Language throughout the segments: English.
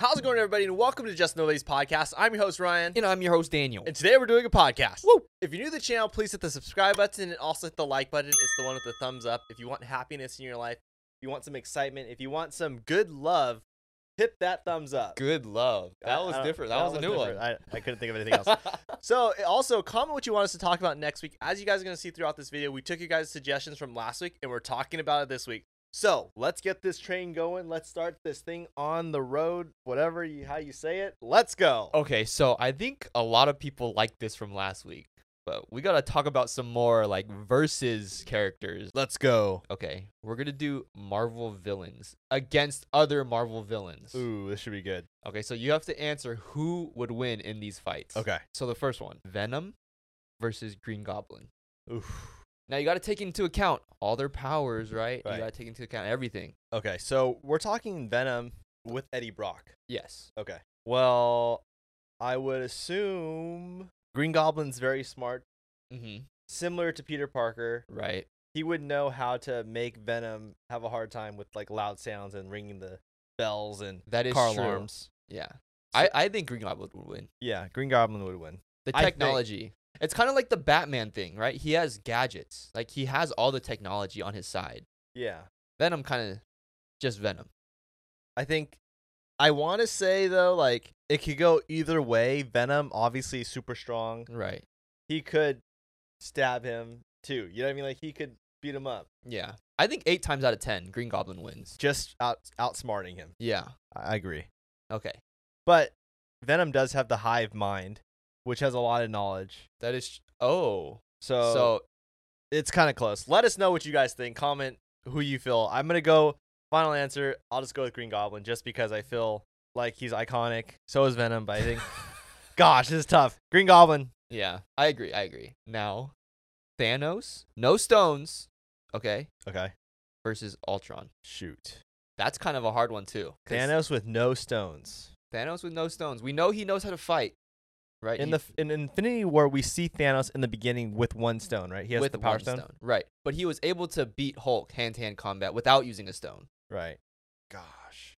How's it going, everybody? And welcome to Just Nobody's podcast. I'm your host Ryan, And I'm your host, Daniel. and today we're doing a podcast. Woo! If you're new to the channel, please hit the subscribe button and also hit the like button. It's the one with the thumbs up. If you want happiness in your life, if you want some excitement, if you want some good love, hit that thumbs up. Good love. I- That I was don't- different. That, was a new different. I, I couldn't think of anything else. one. So eh, also comment what you want us to talk about next week. As you guys are gonna see throughout this video, we took you guys' suggestions from last week and we're talking about it this week. So let's get this train going. Let's start this thing on the road, whatever you how you say it. Let's go. okay, so I think a lot of people like this from last week, but we gotta talk about some more like versus characters. Let's go. Okay, we're gonna do Marvel villains against other Marvel villains. Ooh, this should be good. Okay, so you have to answer who would win in these fights. Okay. So the first one, Venom versus Green Goblin. Oof. Now you got to take into account all their powers, right? Right. You got to take into account everything. Okay, so we're talking Venom with Eddie Brock. Yes. Okay. Well, I would assume Green Goblin's very smart, hmm similar to Peter Parker. Right. he would know how to make Venom have a hard time with like loud sounds and ringing the bells and That is car true. alarms. Yeah. So- I, I think Green Goblin would win. Yeah, Green Goblin would win. The I think- technology. it's kind of like the Batman thing, right? He has gadgets. Like he has all the technology on his side. Yeah, Venom kind of just Venom. I think I want to say though, like it could go either way. Venom obviously is super strong. Right. He could stab him too. You know what I mean? Like he could beat him up, Yeah. I think 8 times out of 10 Green Goblin wins. just out outsmarting him. Yeah. I I agree, Okay. but Venom does have the hive mind, which has a lot of knowledge. That is Oh. So, so it's kind of close. Let us know what you guys think. Comment who you feel. I'm gonna go final answer. I'll just go with Green Goblin just because I feel like he's iconic. So is Venom, but I think gosh, this is tough. Green Goblin. Yeah, I agree. I agree. Now, Thanos, no stones, okay, Okay. versus Ultron. Shoot. That's kind of a hard one too. 'cause Thanos with no stones. Thanos with no stones. We know he knows how to fight, right? In He- the in Infinity War, we see Thanos in the beginning with one stone, right? He has with the power one stone. right? But he was able to beat Hulk hand to hand combat without using a stone. Right. Gosh.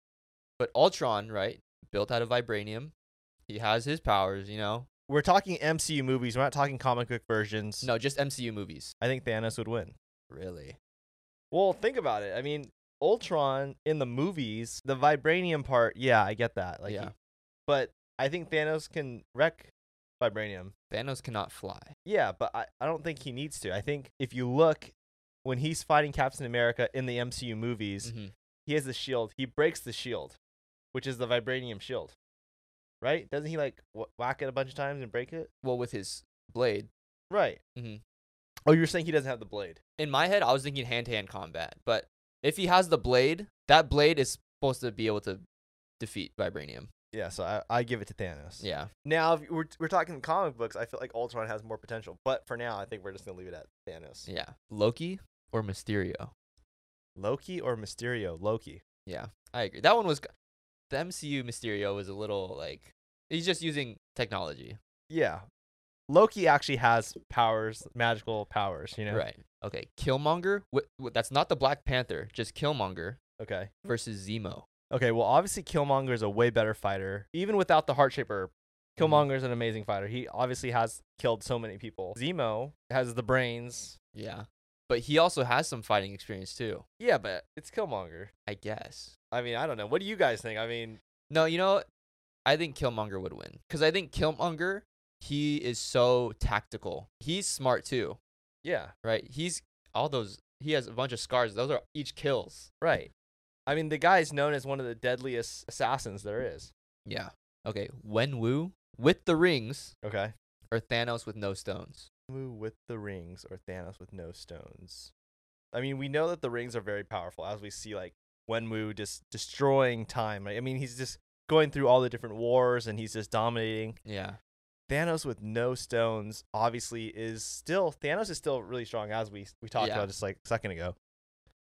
But Ultron, right, built out of vibranium, he has his powers. You know, We're talking MCU movies. We're not talking comic book versions. no, just MCU movies. I think Thanos would win. Really? Well, think about it. I mean, Ultron in the movies, the vibranium part, yeah, I get that. Like, Yeah. he- but I think Thanos can wreck vibranium. Thanos cannot fly. Yeah, but I, I don't think he needs to. I think if you look when he's fighting Captain America in the MCU movies, Mhm. he has the shield. He breaks the shield, which is the vibranium shield. Right? Doesn't he like wh- whack it a bunch of times and break it? Well, with his blade. Right. Mhm. Oh, you're saying he doesn't have the blade. in my head, I was thinking hand to hand combat. But if he has the blade, that blade is supposed to be able to defeat vibranium. Yeah, so I, I give it to Thanos. Yeah. Now if we're we're talking comic books. I feel like Ultron has more potential, but for now, I think we're just gonna leave it at Thanos. Yeah. Loki or Mysterio? Loki or Mysterio? Loki. Yeah, I agree. That one was g- the MCU Mysterio was a little like he's just using technology. Yeah, Loki actually has powers, magical powers. You know. Right. Okay. Killmonger. Wh- wh- that's not the Black Panther. Just Killmonger Okay. versus Zemo. Okay. Well, obviously, Killmonger is a way better fighter, even without the Heart Shaper. Mhm. Killmonger is an amazing fighter. He obviously has killed so many people. Zemo has the brains. Yeah. But he also has some fighting experience too, Yeah, but it's Killmonger. I guess. I mean, I don't know. What do you guys think? I mean, No, you know, what? I think Killmonger would win because I think Killmonger he is so tactical. He's smart too, yeah, right? He's all those. He has a bunch of scars. Those are each kills. right. I mean, the guy's known as one of the deadliest assassins there is. Yeah. Okay. Wenwu with the rings Okay. or Thanos with no stones. Wenwu with the rings or Thanos with no stones. I mean, we know that the rings are very powerful, as we see like Wenwu just destroying time. I I mean, he's just going through all the different wars and he's just dominating. Yeah. Thanos with no stones obviously is still Thanos is still really strong, as we we talked Yeah. about just like a second ago.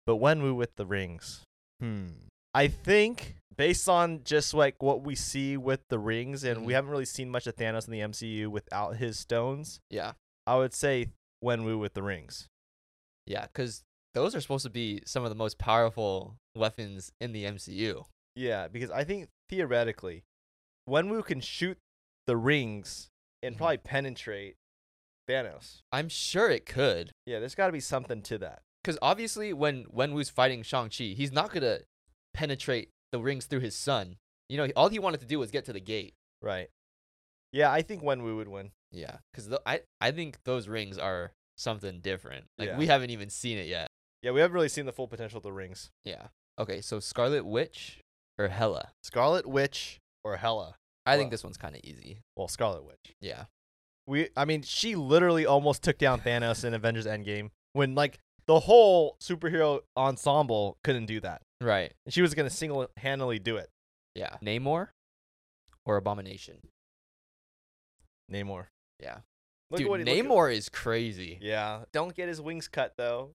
But Wenwu with the rings, hmm. I think based on just like what we see with the rings, and we Mhm. haven't really seen much of Thanos in the MCU without his stones. Yeah. I would say Wenwu with the rings. Yeah. Because those are supposed to be some of the most powerful weapons in the MCU. Yeah, because I think theoretically, Wenwu can shoot the rings and Mhm. probably penetrate Thanos. I'm sure it could. Yeah, there's got to be something to that. Because obviously, when Wen Wu's fighting Shang Chi, he's not gonna penetrate the rings through his sun. You know, all he wanted to do was get to the gate. Right. Yeah, I think Wenwu would win. Yeah, because I I think those rings are something different. Like Yeah. we haven't even seen it yet. Yeah, we haven't really seen the full potential of the rings. Yeah. Okay, so Scarlet Witch or Hela? Scarlet Witch or Hella? I think Well- this one's kind of easy. Well, Scarlet Witch. Yeah. We I mean, she literally almost took down Thanos in Avengers Endgame when like the whole superhero ensemble couldn't do that. Right. And she was going to single-handedly do it. Yeah. Namor or Abomination? Namor. Yeah. Look Dude, at what he, look at- Namor is crazy. yeah. Don't get his wings cut though.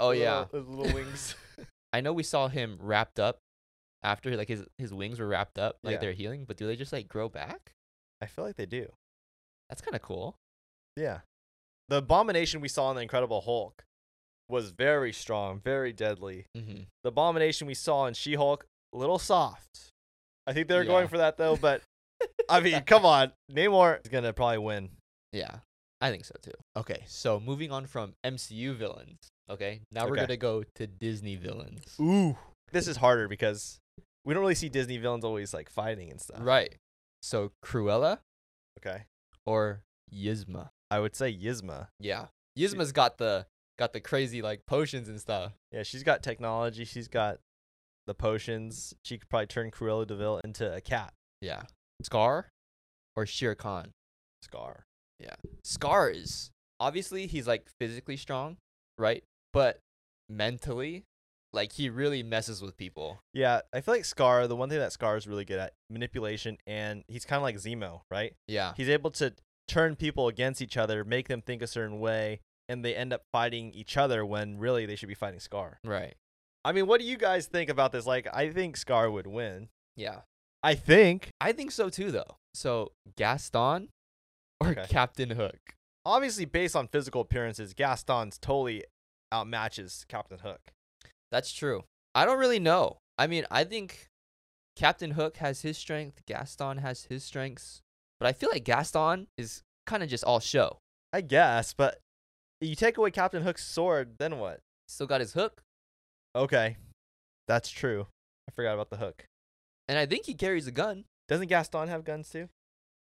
Oh His yeah. little- His little wings. I know we saw him wrapped up after like his his wings were wrapped up like Yeah. they're healing, but do they just like grow back? I feel like they do. That's kind of cool. Yeah. The abomination we saw in the Incredible Hulk was very strong, very deadly. Mm-hmm. The abomination we saw in She Hulk, a little soft. I think they're Yeah. going for that though, but I mean, come on. Namor is gonna probably win. Yeah, I think so too. Okay, so moving on from MCU villains. Okay, now we're Okay. gonna go to Disney villains. Ooh. This is harder because we don't really see Disney villains always like fighting and stuff. Right. So Cruella Okay. or Yzma. I would say Yzma. Yeah, Yzma's got the got the crazy like potions and stuff. Yeah, she's got technology, she's got the potions. She could probably turn Cruella Deville into a cat. Yeah. Scar or Shere Khan. Scar. Scar is obviously he's like physically strong, right? But mentally, like he really messes with people. Yeah, I feel like Scar, the one thing that Scar is really good at, manipulation and he's kinda like Zemo, right? Yeah. he's able to turn people against each other, make them think a certain way, and they end up fighting each other when really they should be fighting Scar. Right. I mean, what do you guys think about this? Like, I think Scar would win. Yeah. I think. I think so too though. So Gaston or Okay. Captain Hook? Obviously, based on physical appearances, Gaston's totally outmatches Captain Hook. That's true. I don't really know. I mean, I think Captain Hook has his strength, Gaston has his strengths, but I feel like Gaston is kind of just all show. I guess, but you take away Captain Hook's sword, then what? Still got his hook, Okay. That's true. I forgot about the hook. and I think he carries a gun. Doesn't Gaston have guns too?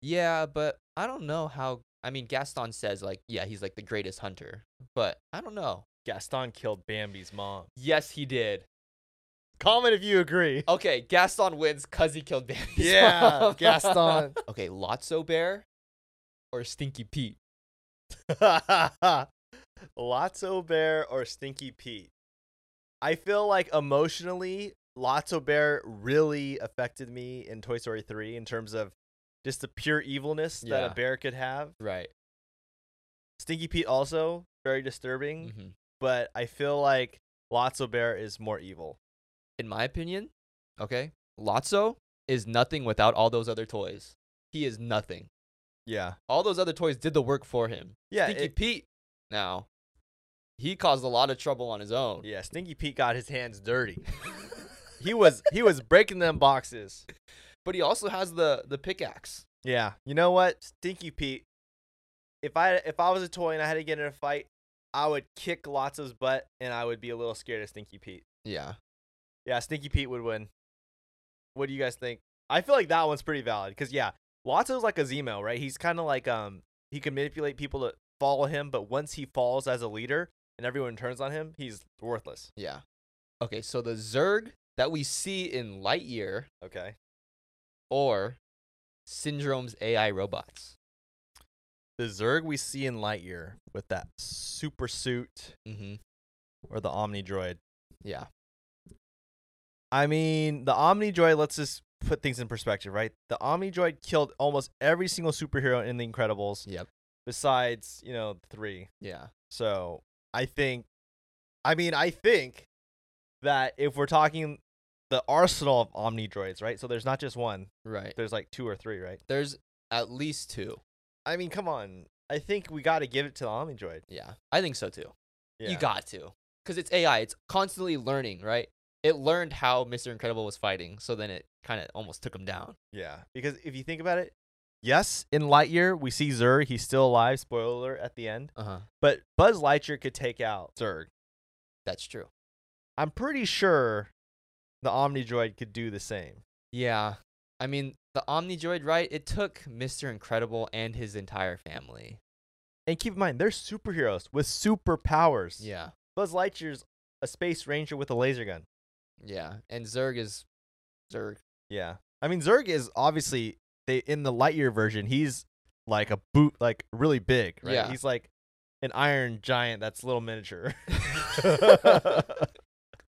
Yeah, but I don't know how. I mean, Gaston says like, yeah, he's like the greatest hunter, but I don't know. Gaston killed Bambi's mom. Yes, he did. Comment if you agree. Okay, Gaston wins because he killed Bambi's Oh, Yeah, mom. Gaston. okay, Lotso Bear or Stinky Pete? Lotso Bear or Stinky Pete? I feel like emotionally, Lotso Bear really affected me in Toy Story 3 in terms of just the pure evilness that Yeah. a bear could have. Right. Stinky Pete also very disturbing, hmm but I feel like Lotso Bear is more evil. In my opinion, okay, Lotso is nothing without all those other toys. He is nothing. Yeah. All those other toys did the work for him. Yeah. Stinky it- Pete, now, he caused a lot of trouble on his own. yeah, Stinky Pete got his hands dirty. he was he was breaking them boxes. But he also has the the pickaxe. Yeah. You know what? Stinky Pete. If I if I was a toy and I had to get in a fight, I would kick Lotso's butt and I would be a little scared of Stinky Pete. Yeah. Yeah, Stinky Pete would win. What do you guys think? I feel like that one's pretty valid cuz yeah, Lotso's like a Zemo, right? He's kind of like um he can manipulate people to follow him, but once he falls as a leader and everyone turns on him, he's worthless. Yeah. Okay, so the Zerg that we see in Lightyear Okay. or Syndrome's AI robots. The Zerg we see in Lightyear with that super suit Mm-hmm. or the Omni droid Yeah. I mean, the Omni Droid, let's just put things in perspective, right? The Omni Droid killed almost every single superhero in The Incredibles Yep. besides, you know, three. Yeah. So I think, I mean, I think that if we're talking the arsenal of Omni Droids, right? So there's not just one, Right. there's like two or three, right? There's at least two. I mean, come on. I think we got to give it to the Omni Droid. Yeah. I think so too. Yeah. You got to. Because it's AI. It's constantly learning, right? it learned how Mr. Incredible was fighting, so then it kind of almost took him down. Yeah, because if you think about it, yes, in Lightyear we see Zurg, he's still alive. Spoiler alert at the end, Uh huh. but Buzz Lightyear could take out Zurg. That's true. I'm pretty sure the Omnidroid could do the same. Yeah. I mean, the Omnidroid, right? It took Mr. Incredible and his entire family. And keep in mind, they're superheroes with superpowers. Yeah. Buzz Lightyear's a space ranger with a laser gun. Yeah. And Zurg is Zurg. Yeah. I mean Zurg is obviously they in the Lightyear version, he's like a boot like really big, right? Yeah. He's like an iron giant that's little miniature.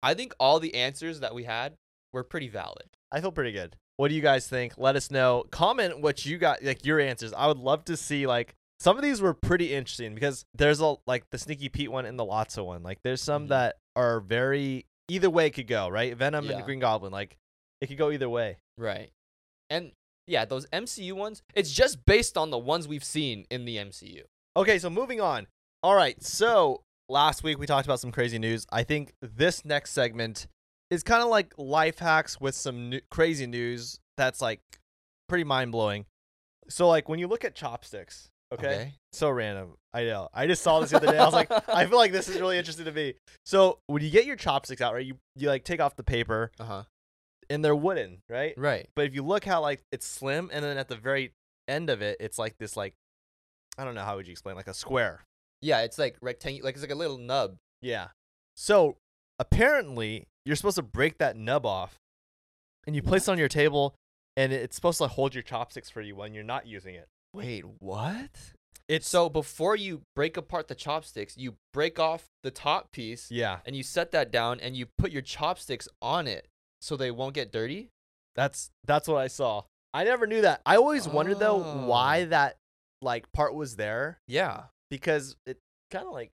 I think all the answers that we had were pretty valid. I feel pretty good. What do you guys think? Let us know. Comment what you got like your answers. I would love to see like some of these were pretty interesting because there's a like the Sneaky Pete one and the Lotso one. Like there's some Mhm. that are very either way could go, right? Venom and Yeah. the Green Goblin. Like it could go either way. Right. And yeah, those MCU ones, it's just based on the ones we've seen in the MCU. Okay, so moving on. All right, so last week we talked about some crazy news. I think this next segment is kind of like life hacks with some new- crazy news that's like pretty mind blowing. So, like when you look at chopsticks, okay, so random. I know. I just saw this the other day. I was like, I feel like this is really interesting to me. So when you get your chopsticks out, right, you you like take off the paper Uh huh. and they're wooden, right? Right. But if you look how like it's slim, and then at the very end of it, it's like this like I don't know how would you explain like a square, Yeah, it's like rectangular, like it's like a little nub. Yeah. So apparently, you're supposed to break that nub off, and you place it on your table, and it's supposed to hold your chopsticks for you when you're not using it. Wait, what? It's So before you break apart the chopsticks, you break off the top piece yeah. and you set that down and you put your chopsticks on it so they won't get dirty. That's that's what I saw. I never knew that. I always wondered though why Oh. that like part was there Yeah. because it kind of like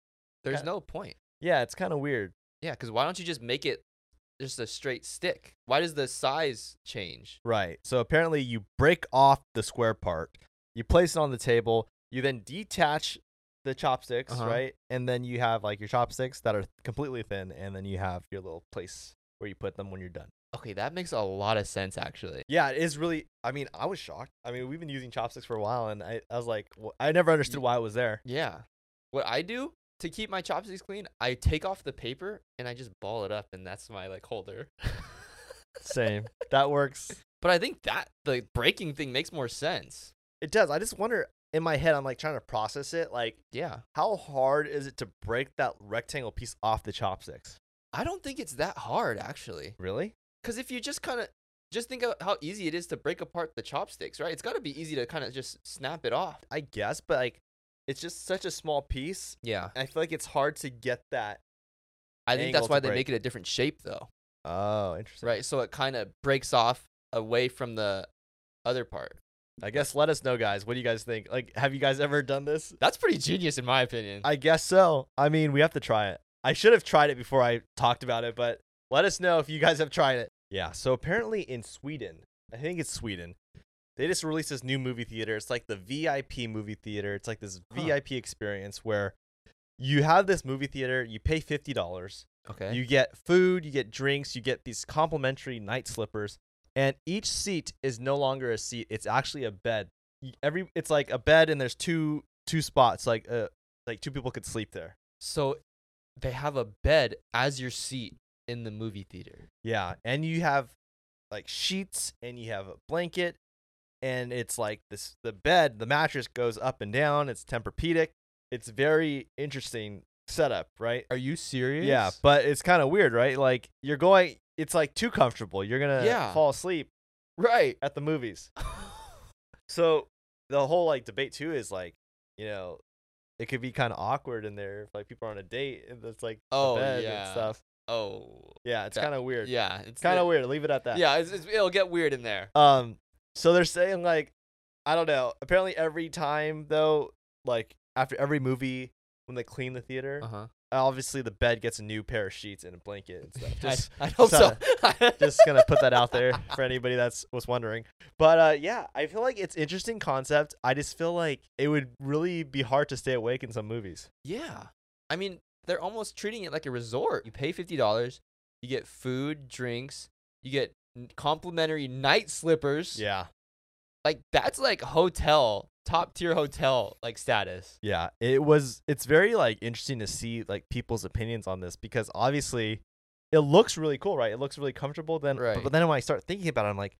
There's Yeah. no point. yeah, it's kind of weird. Yeah, because why don't you just make it just a straight stick? Why does the size change? Right. So apparently, you break off the square part, you place it on the table, you then detach the chopsticks, Uh-huh. right? And then you have like your chopsticks that are completely thin, and then you have your little place where you put them when you're done. Okay, that makes a lot of sense actually. Yeah, it is really. I mean, I was shocked. I mean, we've been using chopsticks for a while, and I, I was like, wh- I never understood why it was there. Yeah. What I do to keep my chopsticks clean, I take off the paper and I just ball it up and that's my like holder. Same. that works. But I think that the breaking thing makes more sense. It does. I just wonder in my head, I'm like trying to process it. Like, Yeah. how hard is it to break that rectangle piece off the chopsticks? I don't think it's that hard actually. Really? Because if you just kind of just think of how easy it is to break apart the chopsticks, right? It's got to be easy to kind of just snap it off. I guess, but like it's just such a small piece. Yeah. I feel like it's hard to get that. I think Angle that's why to they break. make it a different shape though, Oh, interesting. right? So it kind of breaks off away from the other part. I guess let us know, guys. What do you guys think? Like, have you guys ever done this? That's pretty genius in my opinion. I guess so. I mean, we have to try it. I should have tried it before I talked about it, but let us know if you guys have tried it. Yeah. So apparently in Sweden, I think it's Sweden, they just released this new movie theater. It's like the VIP movie theater. It's like this Huh. VIP experience where you have this movie theater, you pay fifty dollars. okay. You get food, you get drinks, you get these complimentary night slippers, and each seat is no longer a seat. It's actually a bed. Y- Every it's like a bed, and there's two two spots, like uh, like two people could sleep there. so they have a bed as your seat in the movie theater. Yeah, and you have like sheets, and you have a blanket, and it's like this the bed, the mattress goes up and down. It's Tempur-Pedic. It's very interesting setup, right? Are you serious? Yeah, but it's kind of weird, right? Like you're going, it's like too comfortable. You're gonna Yeah. fall asleep. right. at the movies. So the whole like debate too is like, you know, it could be kind of awkward in there if like people are on a date and it's like the Oh, bed and yeah. stuff. oh. Yeah, it's That- kind of weird. Yeah, it's Kind it- of weird. Leave it at that. Yeah, it's, it's, it'll get weird in there. Um so they're saying like I don't know. Apparently every time though, like after every movie when they clean the theater, huh. obviously the bed gets a new pair of sheets and a blanket and stuff. Just I, I hope so. just gonna put that out there for anybody that's was wondering but uh yeah i feel like it's interesting concept i just feel like it would really be hard to stay awake in some movies Yeah. I mean, they're almost treating it like a resort. You pay $50, You get food, drinks. You get n- complimentary night slippers. Yeah. Like that's like hotel, top tier hotel like status. Yeah, it was. It's very like interesting to see like people's opinions on this because obviously, it looks really cool, right? It looks really comfortable. Then, but- Right. but, then when I start thinking about it, I'm like,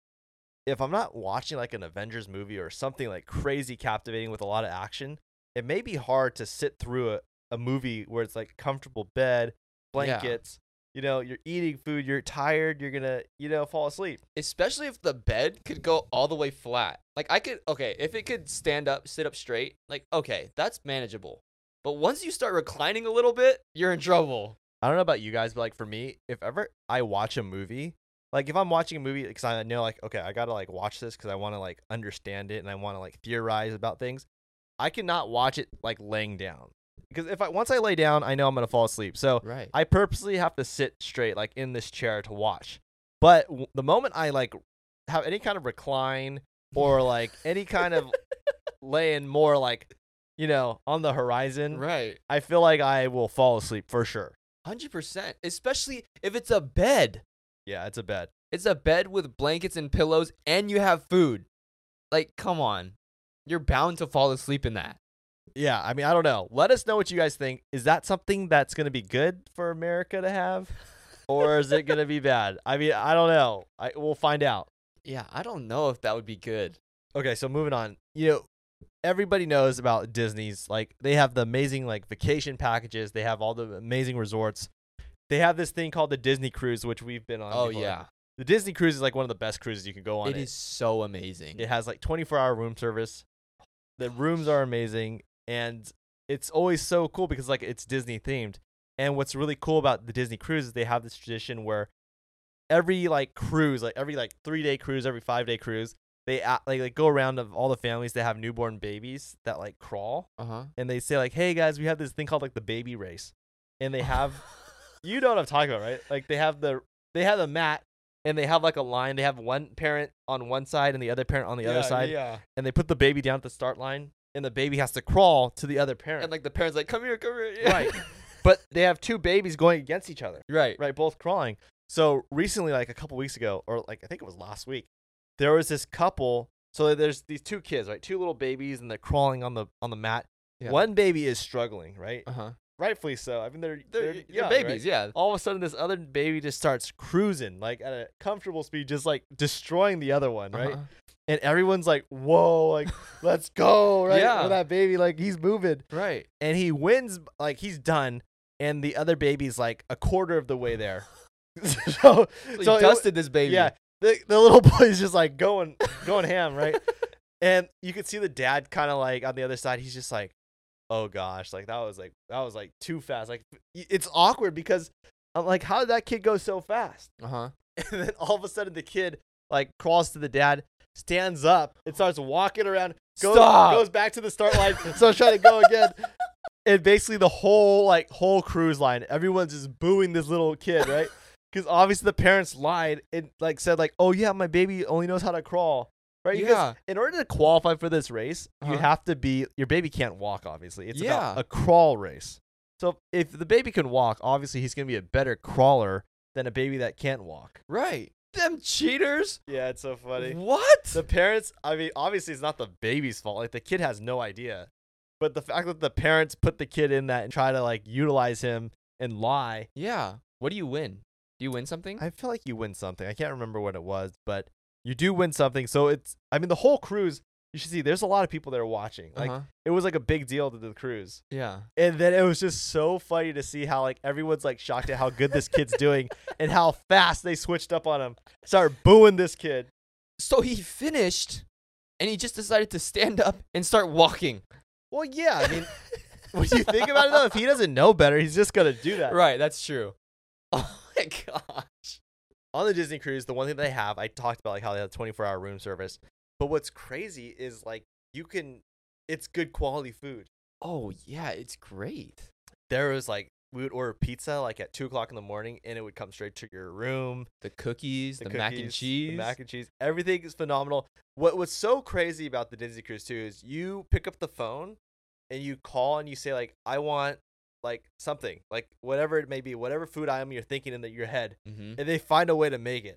if I'm not watching like an Avengers movie or something like crazy captivating with a lot of action, it may be hard to sit through a, a movie where it's like comfortable bed, Yeah. blankets. You know, you're eating food, you're tired, you're gonna, you know, fall asleep. Especially if the bed could go all the way flat. Like I could okay, if it could stand up, sit up straight, like okay, that's manageable. But once you start reclining a little bit, you're in trouble. I don't know about you guys, but like for me, if ever I watch a movie, like if I'm watching a movie, because I know like okay, I gotta like watch this because I want to like understand it and I want to like theorize about things. I cannot watch it like laying down because if I once I lay down, I know I'm gonna fall asleep. So Right. I purposely have to sit straight like in this chair to watch. But w- the moment I like have any kind of recline or like any kind of laying more like you know on the horizon, Right. I feel like I will fall asleep for sure. 100%. Especially if it's a bed. Yeah, it's a bed. It's a bed with blankets and pillows, and you have food. Like, come on. You're bound to fall asleep in that. Yeah, I mean, I don't know. Let us know what you guys think. Is that something that's going to be good for America to have, or is it going to be bad? I mean, I don't know. I, we'll find out. Yeah, I don't know if that would be good. Okay, so moving on. You know, everybody knows about Disney's. Like, they have the amazing like vacation packages. They have all the amazing resorts. They have this thing called the Disney Cruise, which we've been on. Oh, before. yeah. the Disney Cruise is like one of the best cruises you can go on. It is so amazing. It has like 24 hour room service. The rooms are amazing and it's always so cool because like it's Disney themed. And what's really cool about the Disney cruise is they have this tradition where every like cruise, like every like 3-day cruise, every 5-day cruise, they a- like, like go around of all the families that have newborn babies that like crawl Uh huh. and they say like, "Hey guys, we have this thing called like the baby race." And they have you know what I'm talking about, right? Like they have the they have the mat and they have like a line. They have one parent on one side and the other parent on the other side, Yeah. and they put the baby down at the start line, and the baby has to crawl to the other parent. And like the parents, like, come here, come here. Right. but they have two babies going against each other, right. right? Both crawling. So recently, like a couple weeks ago, or like I think it was last week, there was this couple. So there's these two kids, right? Two little babies, and they're crawling on the on the mat. Yeah. One baby is struggling, right? Uh huh. Rightfully so. I mean, they're They're, Uh-huh. they're, they're young, right? babies, yeah. all of a sudden this other baby just starts cruising like at a comfortable speed just like destroying the other one right Uh-huh. and everyone's like whoa like let's go right Yeah. Or that baby like he's moving Right. and he wins like he's done and the other baby's like a quarter of the way there so So, so you it- dusted this baby. yeah the, the little boy's just like going going ham right and you could see the dad kind of like on the other side he's just like oh gosh like that was like that was like too fast like y- it's awkward because i'm like how did that kid go so fast Uh huh. and then all of a sudden the kid like crawls to the dad stands up and starts walking around goes, Stop. goes back to the start line so i'm trying to go again and basically the whole like whole cruise line everyone's just booing this little kid right because obviously the parents lied and like said like oh yeah my baby only knows how to crawl right Because Yeah. in order to qualify for this race you Uh-huh. have to be your baby can't walk obviously it's about Yeah. a crawl race so if the baby can walk obviously he's going to be a better crawler than a baby that can't walk Right. Them cheaters. yeah it's so funny What? the parents i mean obviously it's not the baby's fault like the kid has no idea but the fact that the parents put the kid in that and try to like utilize him and lie yeah. What do you win? Do you win something? i feel like you win something i can't remember what it was but you do win something so it's i mean the whole cruise you should see there's a lot of people there watching like uh-huh. it was like a big deal to the cruise Yeah. and then it was just so funny to see how like everyone's like shocked at how good this kid's doing and how fast they switched up on him start booing this kid So he finished and he just decided to stand up and start walking. well yeah i mean when you think about it though if he doesn't know better he's just gonna do that Right, that's true. Oh my gosh. on the Disney cruise, the one thing they have, I talked about like how they have 24 hour room service. But what's crazy is like you can, it's good quality food. Oh yeah, it's great. There was like we would order pizza like at two o'clock in the morning, and it would come straight to your room. The cookies, the, mac and cookies, cheese. the mac and cheese, everything is phenomenal. What was so crazy about the Disney cruise too is you pick up the phone and you call and you say like, I want like something, like whatever it may be, whatever food item you're thinking in the, your head, Mm-hmm. and they find a way to make it.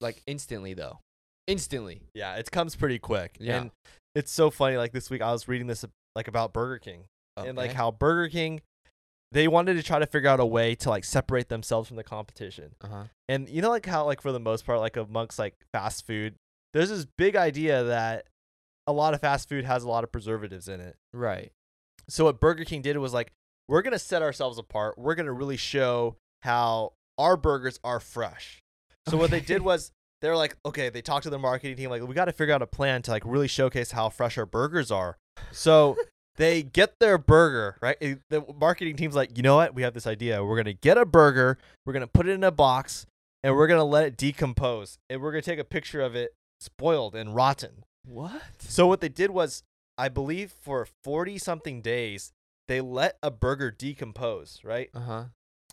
Like instantly though, instantly. Yeah, it comes pretty quick. Yeah. And it's so funny. Like this week, I was reading this like about Burger King and like Okay. how Burger King, they wanted to try to figure out a way to like separate themselves from the competition. Uh-huh. And you know, like how like for the most part, like amongst like fast food, there's this big idea that a lot of fast food has a lot of preservatives in it. Right. So what Burger King did was like, we're gonna set ourselves apart. We're gonna really show how our burgers are fresh. So what they did Okay. was they're like, okay, they talked to their marketing team, like, we gotta figure out a plan to like really showcase how fresh our burgers are. So they get their burger, right? It- the marketing team's like, you know what? We have this idea. We're gonna get a burger, we're gonna put it in a box, and we're gonna let it decompose. And we're gonna take a picture of it spoiled and rotten. What? So what they did was, I believe, for forty something days, they let a burger decompose, right? Uh huh.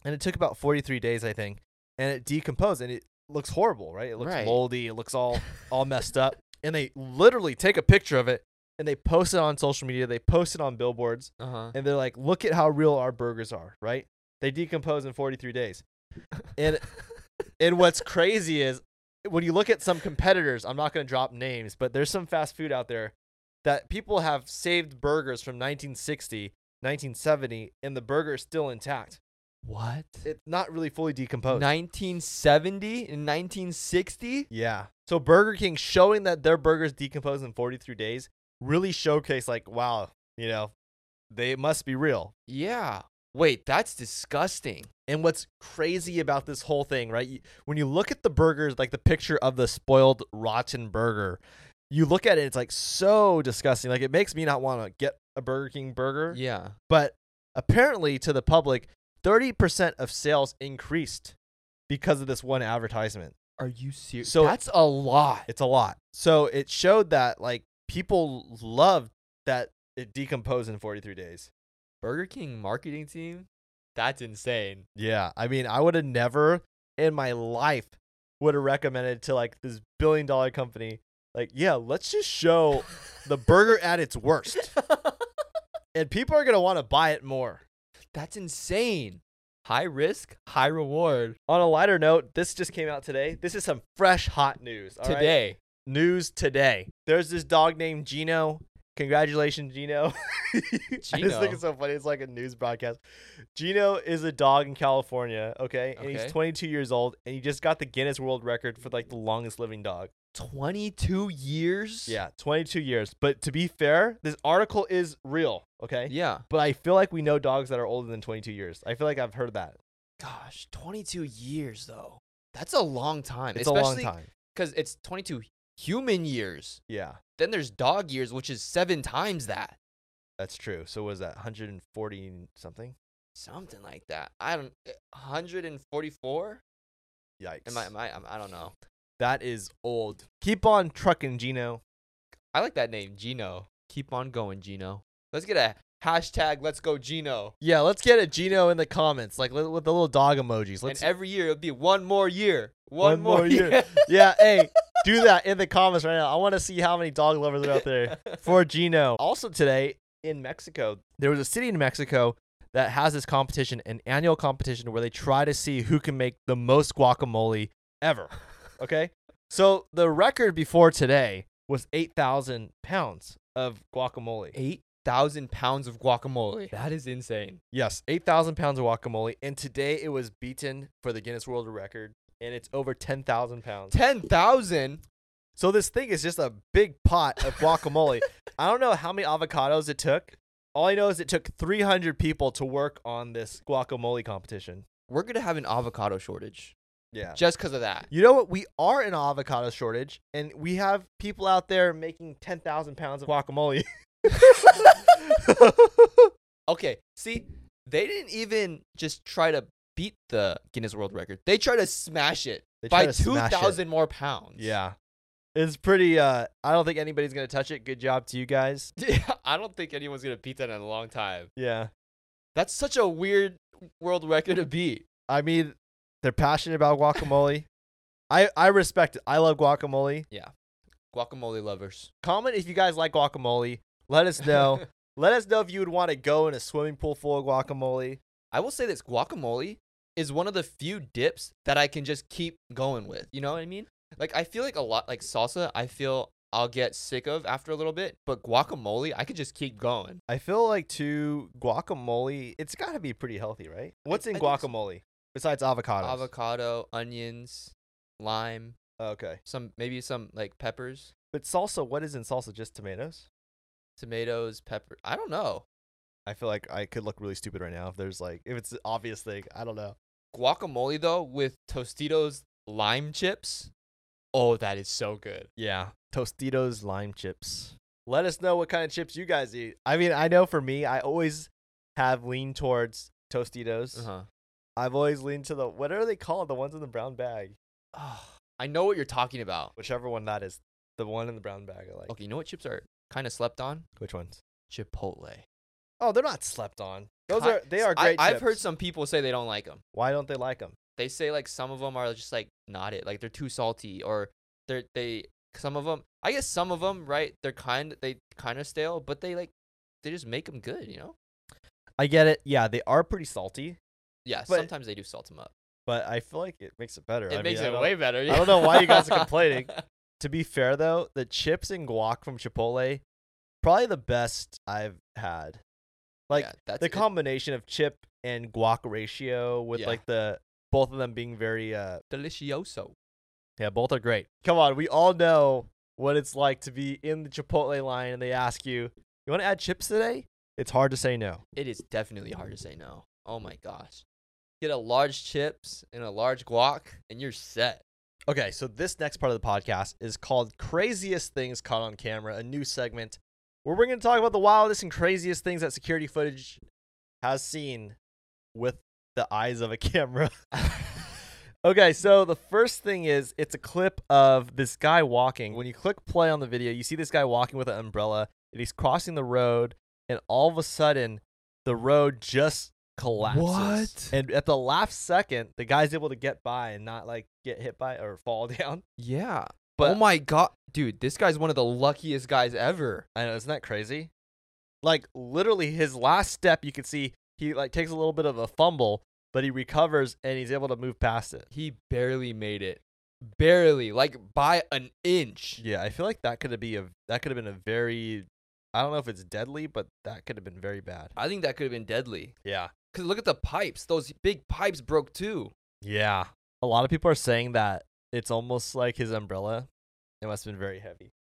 And it took about forty three days, I think, and it decomposed, and it looks horrible, right? It looks Right. moldy, it looks all all messed up, and they literally take a picture of it and they post it on social media, they post it on billboards, Uh huh. and they're like, "Look at how real our burgers are," right? They decompose in forty three days, and and what's crazy is when you look at some competitors, I'm not going to drop names, but there's some fast food out there that people have saved burgers from 1960, 1970, and the burger is still intact. What? It's not really fully decomposed. 1970 and 1960. yeah. So Burger King showing that their burgers decompose in 43 days really showcase like, wow, you know, they must be real. Yeah. Wait, that's disgusting. And what's crazy about this whole thing, right? you- When you look at the burgers, like the picture of the spoiled, rotten burger, you look at it, it's like so disgusting. Like it makes me not want to get a Burger King burger. Yeah. But apparently, to the public, 30% of sales increased because of this one advertisement. Are you serious? So- that's a lot. It's a lot. So it showed that like people loved that it decomposed in 43 days. Burger King marketing team. That's insane. Yeah, I mean, I would have never in my life would have recommended to like this billion dollar company, like, yeah, let's just show the burger at its worst, and people are gonna want to buy it more. That's insane. High risk, high reward On a lighter note, this just came out today. This is some fresh hot news. all right? today. news today. There's this dog named Gino. Congratulations, Gino. I just Gino? think it's so funny. It's like a news broadcast. Gino is a dog in California, okay? And Okay. he's 22 years old, and he just got the Guinness World Record for like the longest living dog. 22 years? Yeah, 22 years. But to be fair, this article is real, okay? Yeah. But I feel like we know dogs that are older than 22 years. I feel like I've heard that. Gosh, 22 years though. That's a long time. It's a long time. Because it's 22 human years. Yeah, Then there's dog years, which is seven times that. that's true. So was that 140 something? Something like that. I don't. eh, 144? Yikes. Am I? Am I? I'm- I don't know. That is old. Keep on trucking, Gino. I like that name, Gino. Keep on going, Gino. Let's get a hashtag. Let's go, Gino. Yeah, let's get a Gino in the comments, like li- with the little dog emojis. Let's, and every year it'll be one more year. One, more, year. yeah, hey, do that in the comments right now. I want to see how many dog lovers are out there for Gino. Also today in Mexico, there was a city in Mexico that has this competition, an annual competition where they try to see who can make the most guacamole ever. Okay, so the record before today was eight thousand pounds of guacamole. Eight thousand pounds of guacamole. That is insane. Yes, 8,000 pounds of guacamole. And today it was beaten for the Guinness World Record, and it's over 10,000 pounds. Ten thousand. So this thing is just a big pot of guacamole. I don't know how many avocados it took. All I know is it took 300 people to work on this guacamole competition. We're gonna have an avocado shortage Yeah. just because of that. You know what? We are in an avocado shortage, and we have people out there making 10,000 pounds of guacamole. Okay. See, they didn't even just try to beat the Guinness World Record. They tried to smash it They try by to two smash it. thousand more pounds. Yeah. It's pretty, uh, I don't think anybody's going to touch it. Good job to you guys. I don't think anyone's gonna beat that in a long time. Yeah. That's such a weird world record to beat. I mean, they're passionate about guacamole. I I respect it. I love guacamole. Guacamole lovers. Comment if you guys like guacamole. Let us know. Let us know if you would want to go in a swimming pool full of guacamole. I will say this guacamole is one of the few dips that I can just keep going with. You know what I mean? Like I feel like a lot like salsa, I feel I'll get sick of after a little bit, but guacamole, I could just keep going. I feel like too guacamole. It's got to be pretty healthy, right? What's I in think so. guacamole besides avocados? Avocado, onions, lime, okay, some maybe some like peppers, but salsa. What is in salsa? Just tomatoes? tomatoes, pepper. I don't know. I feel like I could look really stupid right now if there's like if it's an obvious thing. I don't know. Guacamole though with Tostitos lime chips. Oh, that is so good. Yeah, Tostitos lime chips. Let us know what kind of chips you guys eat. I mean, I know for me, I always have leaned towards Tostitos. Uh-huh. I've always leaned to the what are they called? The ones in the brown bag. Ah, I know what you're talking about. Whichever one that is. The one in the brown bag. I like. Okay, you know what chips are kind of slept on? Which ones? Chipotle. Oh, they're not slept on. Those Ki- are they are great. I, I've heard chips. some people say they don't like them. Why don't they like them? They say like some of them are just like not it. Like they're too salty or they're they some of them. I guess some of them right. They're kind they kind of stale, but they like they just make them good. You know. I get it. Yeah, they are pretty salty, Yeah. But- sometimes they do salt them up. but I feel like it makes it better. It I mean, makes I it don't- way better. I don't know why you guys are complaining. To be fair though, the chips and guac from Chipotle, probably the best I've had. Like Yeah, that's the it. combination of chip and guac ratio with Yeah. like the both of them being very uh delicioso. yeah, both are great. Come on, we all know what it's like to be in the Chipotle line and they ask you, "You want to add chips today?" It's hard to say no. It is definitely hard to say no. Oh my gosh. Get a large chips and a large guac, and you're set. Okay, so this next part of the podcast is called Craziest Things Caught on Camera, a new segment where we're going to talk about the wildest and craziest things that security footage has seen with the eyes of a camera. okay, so the first thing is it's a clip of this guy walking. When you click play on the video, you see this guy walking with an umbrella and he's crossing the road, and all of a sudden, the road just collapses. What? And at the last second, the guy's able to get by and not like get hit by or fall down. Yeah. But oh my god, dude, this guy's one of the luckiest guys ever. I know, isn't that crazy? Like literally his last step you can see he like takes a little bit of a fumble, but he recovers and he's able to move past it. He barely made it. Barely, like by an inch. Yeah, I feel like that could have be a that could have been a very I don't know if it's deadly, but that could have been very bad. I think that could have been deadly. Yeah. Cause look at the pipes; those big pipes broke too. Yeah. A lot of people are saying that it's almost like his umbrella. It must have been very heavy.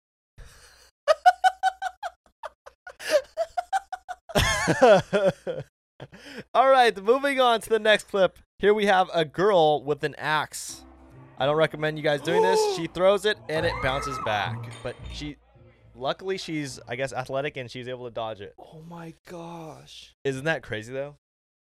All right, moving on to the next clip. Here we have a girl with an axe. I don't recommend you guys doing this. She throws it and it bounces back. But she luckily she's I guess athletic and she's able to dodge it. Oh my gosh! Isn't that crazy though?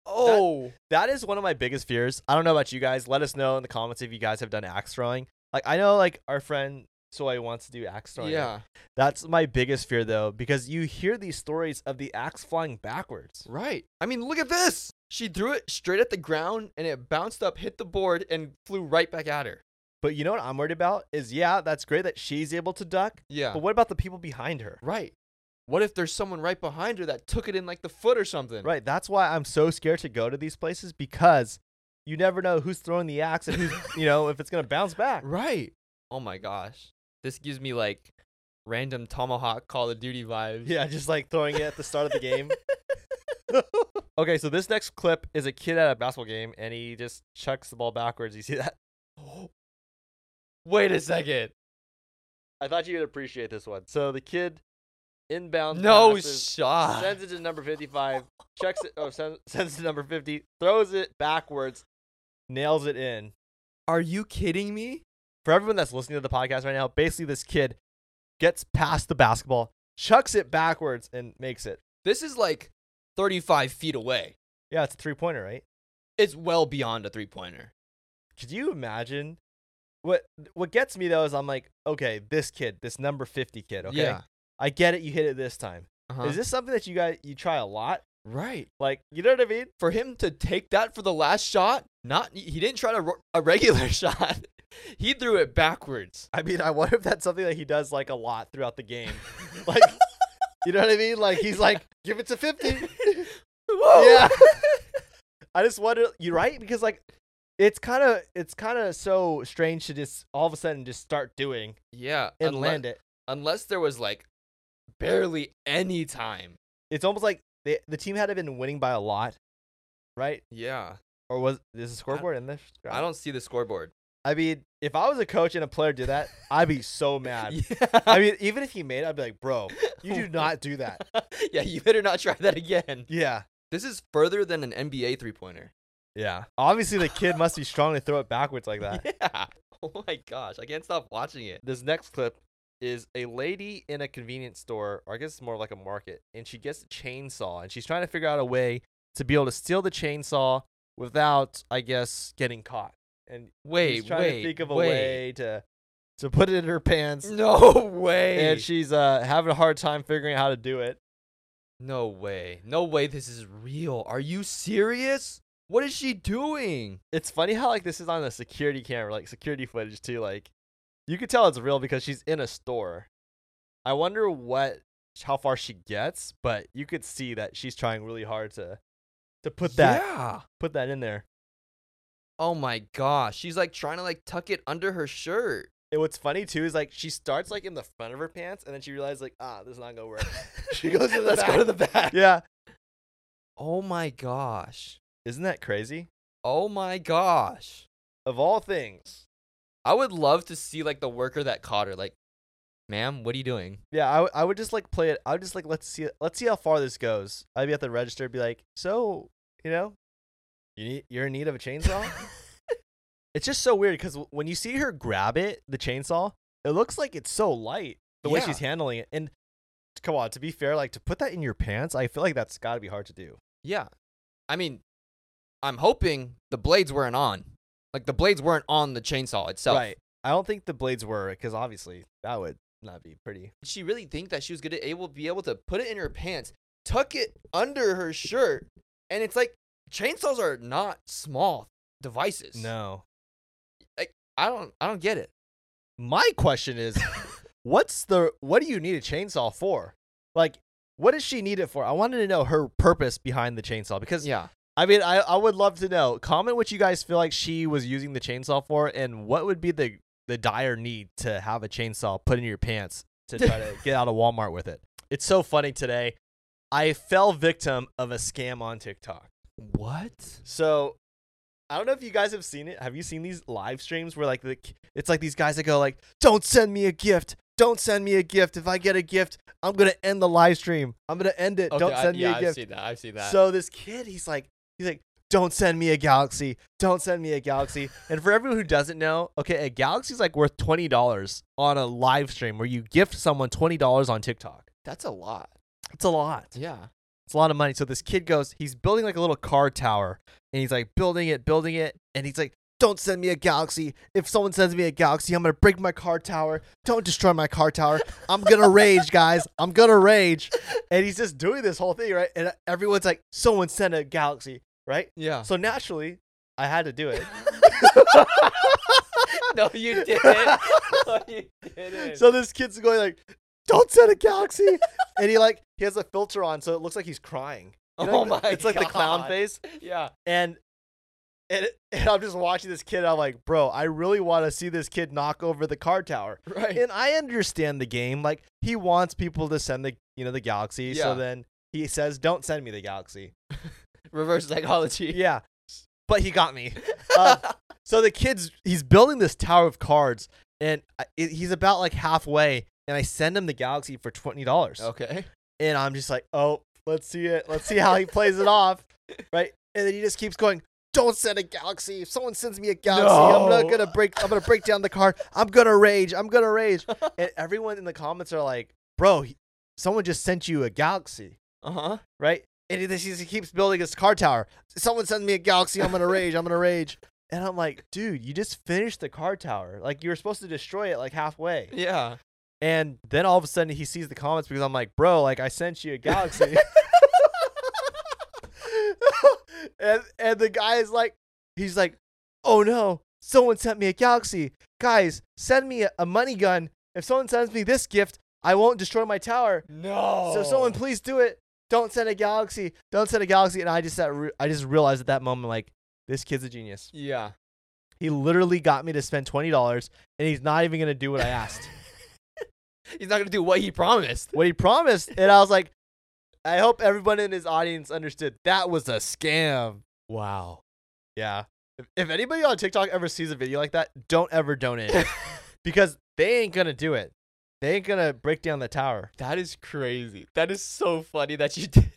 Oh, that is one of my biggest fears. I don't know about you guys. Let us know in the comments if you guys have done axe throwing. Like I know like our friend Soy wants to do axe throwing. yeah, That's my biggest fear though, because you hear these stories of the axe flying backwards. right. I mean, look at this. She threw it straight at the ground, and it bounced up, hit the board, and flew right back at her. But you know what I'm worried about is yeah, that's great that she's able to duck, Yeah, but what about the people behind her? right. What if there's someone right behind her that took it in like the foot or something? Right, that's why I'm so scared to go to these places because you never know who's throwing the axe and who's, you know, if it's going to bounce back. Right. Oh my gosh. This gives me like random tomahawk Call of Duty vibes. Yeah, just like throwing it at the start of the game. okay, so this next clip is a kid at a basketball game and he just chucks the ball backwards. You see that? Wait a second. I thought you'd appreciate this one. So the kid inbound No passes, shot. sends it to number 55, chucks it oh sends, sends it to number 50, throws it backwards, nails it in. Are you kidding me? For everyone that's listening to the podcast right now, basically this kid gets past the basketball, chucks it backwards and makes it. This is like 35 feet away. Yeah, it's a three-pointer, right? It's well beyond a three pointer. could you imagine what what gets me though is i'm like okay this kid this number 50 kid okay Yeah. i get it you hit it this time Uh-huh. is this something that you guys you try a lot right? like you know what i mean For him to take that for the last shot, not he didn't try to ro- a regular shot. he threw it backwards. i mean i wonder if that's something that he does like a lot throughout the game like You know what I mean? Like he's like, give it to fifty. Whoa. Yeah. I just wonder you right because like it's kind of it's kind of so strange to just all of a sudden just start doing Yeah. and unle- land it. Unless there was like barely any time. It's almost like the the team had been winning by a lot, right? Yeah. Or was is the scoreboard in this? I don't see the scoreboard. I mean, if I was a coach and a player did that, I'd be so mad. Yeah. I mean, even if he made it, I'd be like, bro, you do not do that. yeah, you better not try that again. Yeah. This is further than an NBA three pointer. Yeah. Obviously, the kid must be strong to throw it backwards like that. Yeah. Oh my gosh, I can't stop watching it. This next clip is a lady in a convenience store, or I guess it's more like a market, and she gets a chainsaw and she's trying to figure out a way to be able to steal the chainsaw without, I guess, getting caught. And Wait, she's trying wait, to think of a wait. way to to put it in her pants. No way. And she's uh, having a hard time figuring out how to do it. no way. No way. This is real. Are you serious? What is she doing? It's funny how like this is on a security camera, like security footage too. Like you could tell it's real because she's in a store. I wonder what how far she gets, but you could see that she's trying really hard to to put that Yeah. put that in there. Oh my gosh. She's like trying to like tuck it under her shirt. And what's funny too is like she starts like in the front of her pants, and then she realizes like ah this is not gonna work. she goes to the Let's back. go to the back. yeah, Oh my gosh. isn't that crazy? Oh my gosh. Of all things, I would love to see like the worker that caught her. Like, ma'am, what are you doing? Yeah, I, w- I would just like play it. I would just like let's see let's see how far this goes. I'd be at the register, be like, so you know, you need you're in need of a chainsaw. it's just so weird because when you see her grab it, the chainsaw, it looks like it's so light the way Yeah. she's handling it. And come on, to be fair, like to put that in your pants, I feel like that's got to be hard to do. Yeah. I mean, I'm hoping the blades weren't on. Like the blades weren't on the chainsaw itself. Right. I don't think the blades were because obviously that would not be pretty. Did she really think that she was gonna able be able to put it in her pants, tuck it under her shirt, and it's like chainsaws are not small devices. No. I don't I don't get it. my question is what's the what do you need a chainsaw for like what does she need it for i wanted to know her purpose behind the chainsaw because Yeah. i mean I, I would love to know comment what you guys feel like she was using the chainsaw for and what would be the the dire need to have a chainsaw put in your pants to try to get out of walmart with it it's so funny today i fell victim of a scam on tiktok What? so I don't know if you guys have seen it. Have you seen these live streams where like the it's like these guys that go like, "Don't send me a gift. Don't send me a gift. If I get a gift, I'm going to end the live stream. I'm going to end it. Don't send me a gift." seen that. I've seen So this kid, he's like he's like, "Don't send me a galaxy. Don't send me a galaxy." and for everyone who doesn't know, okay, a galaxy's like worth $20 on a live stream where you gift someone $20 on TikTok. That's a lot. It's a lot. Yeah. It's a lot of money. So this kid goes, he's building like a little car tower and he's like building it, building it. And he's like, don't send me a galaxy. If someone sends me a galaxy, I'm going to break my car tower. Don't destroy my car tower. I'm going to rage, guys. I'm going to rage. And he's just doing this whole thing, right? And everyone's like, someone sent a galaxy, right? Yeah. So naturally, I had to do it. no, you didn't. No, you didn't. So this kid's going like, don't send a galaxy. and he like, he has a filter on. So it looks like he's crying. You know, oh my It's like the clown God. face. Yeah. and and, and I'm just watching this kid. I'm like, bro, I really want to see this kid knock over the car tower. Right. And I understand the game. Like he wants people to send the you know the galaxy. Yeah. So then he says, "Don't send me the galaxy." Reverse psychology. yeah, but he got me. Uh, so the kid's he's building this tower of cards, and I, it, he's about like halfway. And I send him the galaxy for twenty dollars okay. and I'm just like, oh, let's see it. Let's see how he plays it off, right? And then he just keeps going. Don't send a galaxy. If someone sends me a galaxy, I'm No. not gonna break. I'm gonna break down the card. I'm gonna rage. I'm gonna rage. and everyone in the comments are like, bro, he- someone just sent you a galaxy, Uh huh. right? And he, just- he keeps building his card tower. Someone sends me a galaxy. I'm gonna rage. I'm gonna rage. And I'm like, dude, you just finished the card tower. Like you were supposed to destroy it like halfway. Yeah. And then all of a sudden he sees the comments because I'm like, bro, like I sent you a galaxy. and and the guy is like, he's like, oh no, someone sent me a galaxy. Guys, send me a, a money gun. If someone sends me this gift, I won't destroy my tower. No. So someone please do it. Don't send a galaxy. Don't send a galaxy. And I just sat re- I just realized at that moment like this kid's a genius. Yeah. He literally got me to spend twenty dollars, and he's not even gonna do what I asked, He's not gonna do what he promised. what he promised. And I was like, I hope everyone in his audience understood that was a scam. Wow. Yeah. If, if anybody on TikTok ever sees a video like that, don't ever donate because they ain't gonna do it. They ain't gonna break down the tower. That is crazy. That is so funny that you did.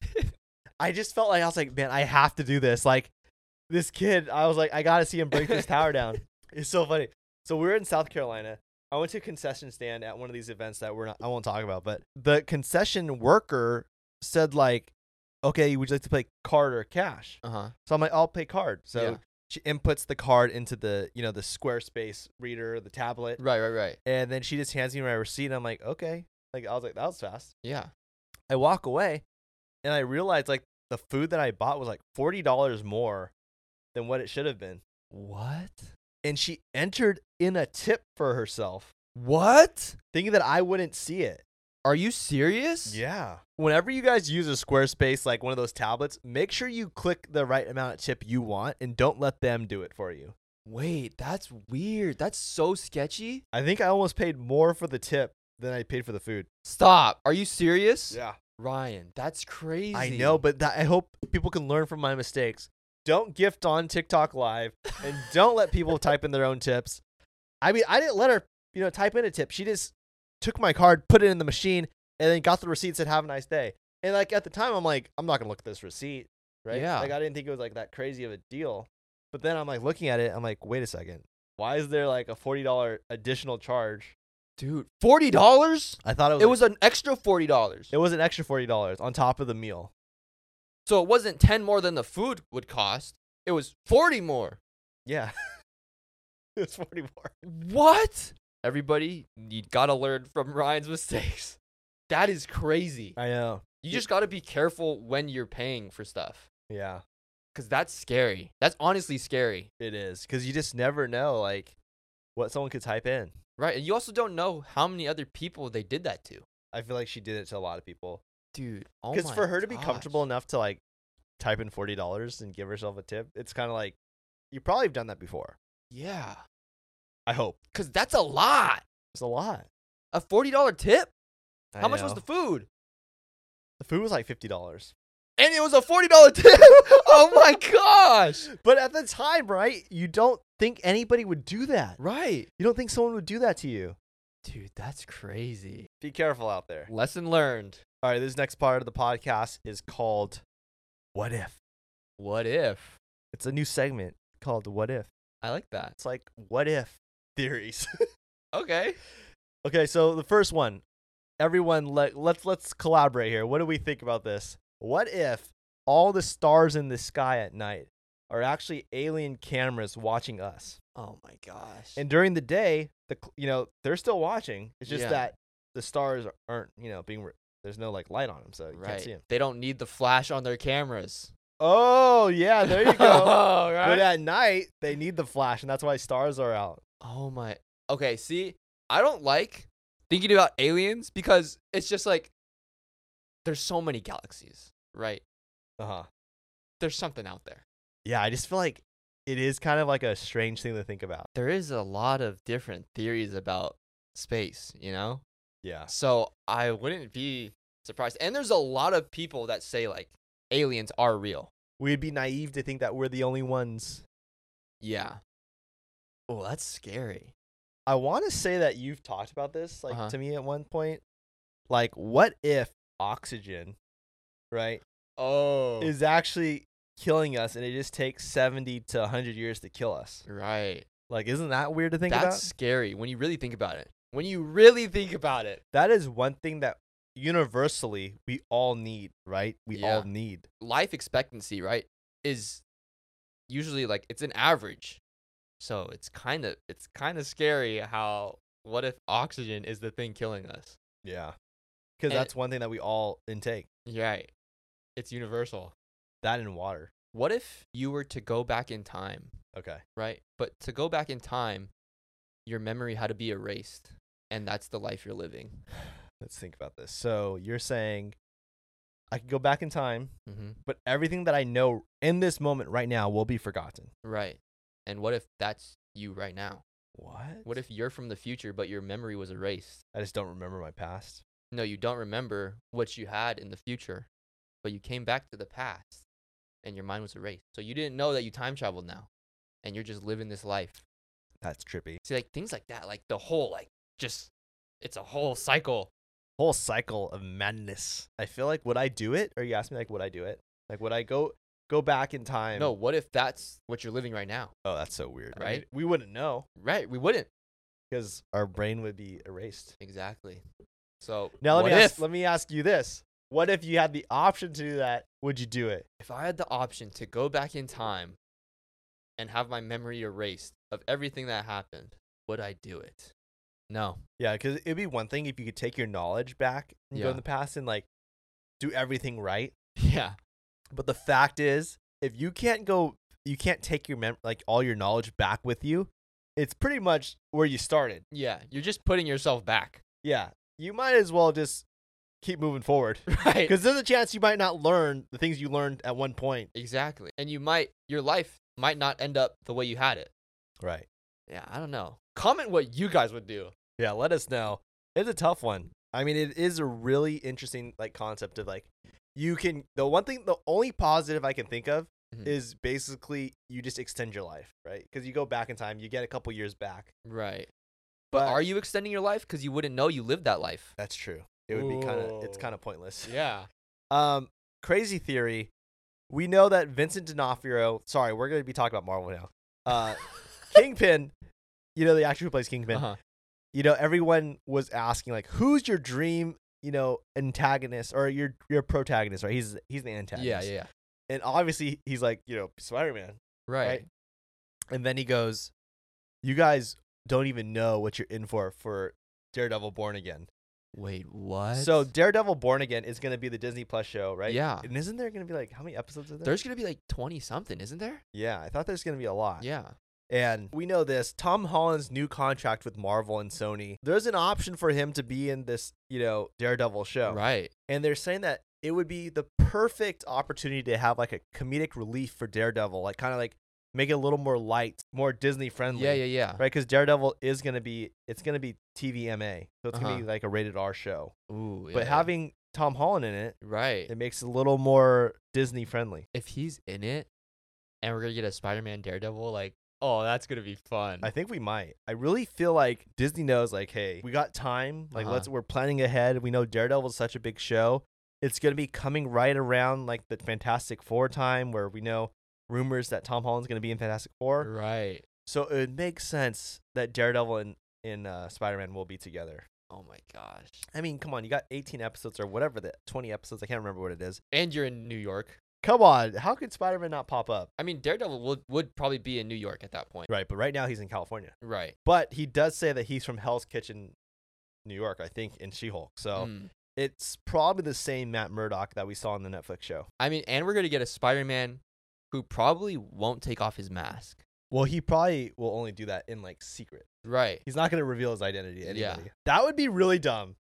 I just felt like I was like, man, I have to do this. Like this kid, I was like, I gotta see him break this tower down. It's so funny. So we were in South Carolina. I went to a concession stand at one of these events that we're not I won't talk about, but the concession worker said like, Okay, would you like to play card or cash? Uh huh. So I'm like, I'll pay card. So Yeah. she inputs the card into the, you know, the Squarespace reader, the tablet. Right. Right. Right. And then she just hands me my receipt and I'm like, okay. Like I was like, that was fast. Yeah. I walk away and I realize like the food that I bought was like $40 more than what it should have been. What? And she entered in a tip for herself, What? thinking that I wouldn't see it. Are you serious? Yeah. Whenever you guys use a Squarespace, like one of those tablets, make sure you click the right amount of tip you want and don't let them do it for you. Wait, that's weird. That's so sketchy. I think I almost paid more for the tip than I paid for the food. Stop. Are you serious? Yeah. Ryan, that's crazy. I know, but that, I hope people can learn from my mistakes. Don't gift on TikTok Live, and don't let people type in their own tips. I mean, I didn't let her, you know, type in a tip. She just took my card, put it in the machine, and then got the receipt. Said, "Have a nice day." And like at the time, I'm like, I'm not gonna look at this receipt, right? Yeah. Like I didn't think it was like that crazy of a deal. But then I'm like looking at it, I'm like, wait a second, why is there like a forty dollar additional charge? dude, forty dollars. I thought it was It Oh, like- was an extra forty dollars. it was an extra forty dollars on top of the meal. So it wasn't ten more than the food would cost. It was forty more. Yeah, it was forty more. What? Everybody, you gotta learn from Ryan's mistakes. That is crazy. I know. You just gotta be careful when you're paying for stuff. Yeah, Cause that's scary. That's honestly scary. it is because you just never know like what someone could type in. Right. And you also don't know how many other people they did that to. I feel like she did it to a lot of people Dude. Oh because my for her to be gosh. comfortable enough to like type in forty dollars and give herself a tip, it's kind of like you probably have done that before. Yeah. I hope Cause that's a lot. it's a lot. A forty dollar tip? I How much was know. the food? the food was like fifty dollars, And it was a forty dollar tip. oh my gosh. but at the time, right? You don't think anybody would do that. Right. You don't think someone would do that to you. Dude, that's crazy. Be careful out there. Lesson learned. All right, this next part of the podcast is called "What If." What if? It's a new segment called "What If." I like that. It's like what if theories. Okay. okay, so the first one. Everyone let, let's let's collaborate here. What do we think about this? What if all the stars in the sky at night are actually alien cameras watching us? Oh my gosh. And during the day, the cl- you know, they're still watching. It's just Yeah. that the stars aren't, you know, being re- there's no like light on them, so you can't right. see them. They don't need the flash on their cameras. Oh, yeah, there you go. oh, But at night, they need the flash, and that's why stars are out. oh my. Okay, see, I don't like thinking about aliens because it's just like there's so many galaxies, right? Uh-huh. There's something out there. Yeah, I just feel like it is kind of like a strange thing to think about. There is a lot of different theories about space, you know? Yeah. So I wouldn't be surprised. And there's a lot of people that say like aliens are real. We'd be naive to think that we're the only ones. Yeah. Oh, that's scary. I want to say that you've talked about this like Uh-huh. to me at one point. Like what if oxygen, right, Oh. is actually killing us and it just takes 70 to 100 years to kill us? right. Like isn't that weird to think That's about? scary when you really think about it. When you really think about it, That is one thing that universally we all need, right? We all Yeah. need. life expectancy, right, is usually like it's an average. So it's kind of it's kind of scary how what if oxygen is the thing killing us? Yeah. Cuz And- that's one thing that we all intake, You're right. It's universal. that and water. What if you were to go back in time, Okay. right? But to go back in time, your memory had to be erased and that's the life you're living. Let's think about this. So you're saying I could go back in time, Mm-hmm. but everything that I know in this moment right now will be forgotten. Right. And what if that's you right now? What? What if you're from the future, but your memory was erased? I just don't remember my past? No, you don't remember what you had in the future, but you came back to the past and your mind was erased. So you didn't know that you time traveled now and you're just living this life. That's trippy. See, like things like that, like the whole, like just, it's a whole cycle. Whole cycle of madness. I feel like would I do it? Or you asked me like would I do it? Like would I go go back in time? No, what if that's what you're living right now? Oh, that's so weird, right? Right? we wouldn't know Right. We wouldn't. because our brain would be erased. Exactly. So Now let what me if? ask, let me ask you this: What if you had the option to do that? Would you do it? if I had the option to go back in time and have my memory erased of everything that happened, would I do it? No. Yeah, because it'd be one thing if you could take your knowledge back and go Yeah. in the past and like do everything right. Yeah. But the fact is, if you can't go, you can't take your mem- like all your knowledge back with you. It's pretty much where you started. Yeah. You're just putting yourself back. Yeah, you might as well just keep moving forward Right. because there's a chance you might not learn the things you learned at one point. Exactly. And you might, your life might not end up the way you had it. Right. Yeah. I don't know. Comment what you guys would do. Yeah, let us know. It's a tough one. I mean, it is a really interesting like concept of like you can the one thing the only positive I can think of Mhm. is basically you just extend your life, right? Cuz you go back in time, you get a couple years back. Right. But, are you extending your life? Because you wouldn't know you lived that life. That's true. It would be kind of it's Ooh. kind of pointless. Yeah. Um crazy theory. We know that Vincent D'Onofrio, sorry, we're going to be talking about Marvel now. Uh Kingpin, you know the actor who plays Kingpin. Uh-huh. you know everyone was asking like who's your dream you know antagonist or your your protagonist right he's he's the antagonist Yeah. Yeah. and obviously he's like you know spider-man Right. Right. and then he goes you guys don't even know what you're in for for daredevil born again Wait, what? so daredevil born again is going to be the disney plus show right Yeah. and isn't there going to be like how many episodes are there there's going to be like 20 something, isn't there? yeah i thought there's going to be a lot Yeah. And we know this Tom Holland's new contract with Marvel and Sony. There's an option for him to be in this, you know, Daredevil show. Right. And they're saying that it would be the perfect opportunity to have like a comedic relief for Daredevil, like kind of like make it a little more light, more Disney friendly. Yeah. Yeah. Yeah. Right? Cuz Daredevil is going to be it's going to be TVMA. So it's going to Uh-huh. be like a rated R show. Ooh, yeah. But having Tom Holland in it, right it makes it a little more Disney friendly. if he's in it, and we're gonna get a Spider-Man Daredevil, like oh, that's gonna be fun. I think we might. I really feel like Disney knows, like, hey, we got time. Like, Uh-huh. let's we're planning ahead. We know Daredevil's such a big show. It's gonna be coming right around like the Fantastic Four time, where we know rumors that Tom Holland's gonna be in Fantastic Four. right. So it makes sense that Daredevil and and uh, Spider Man will be together. Oh my gosh. I mean, come on, you got 18 episodes or whatever the 20 episodes. I can't remember what it is. And you're in New York. Come on, how could Spider Man not pop up? I mean, Daredevil would would probably be in New York at that point. Right, but right now he's in California. Right. But he does say that he's from Hell's Kitchen, New York, I think, in She Hulk. So. Mm. it's probably the same Matt Murdock that we saw in the Netflix show. I mean, and we're gonna get a Spider-Man who probably won't take off his mask. Well, he probably will only do that in like secret. Right. He's not going to reveal his identity to Yeah. anybody. That would be really dumb.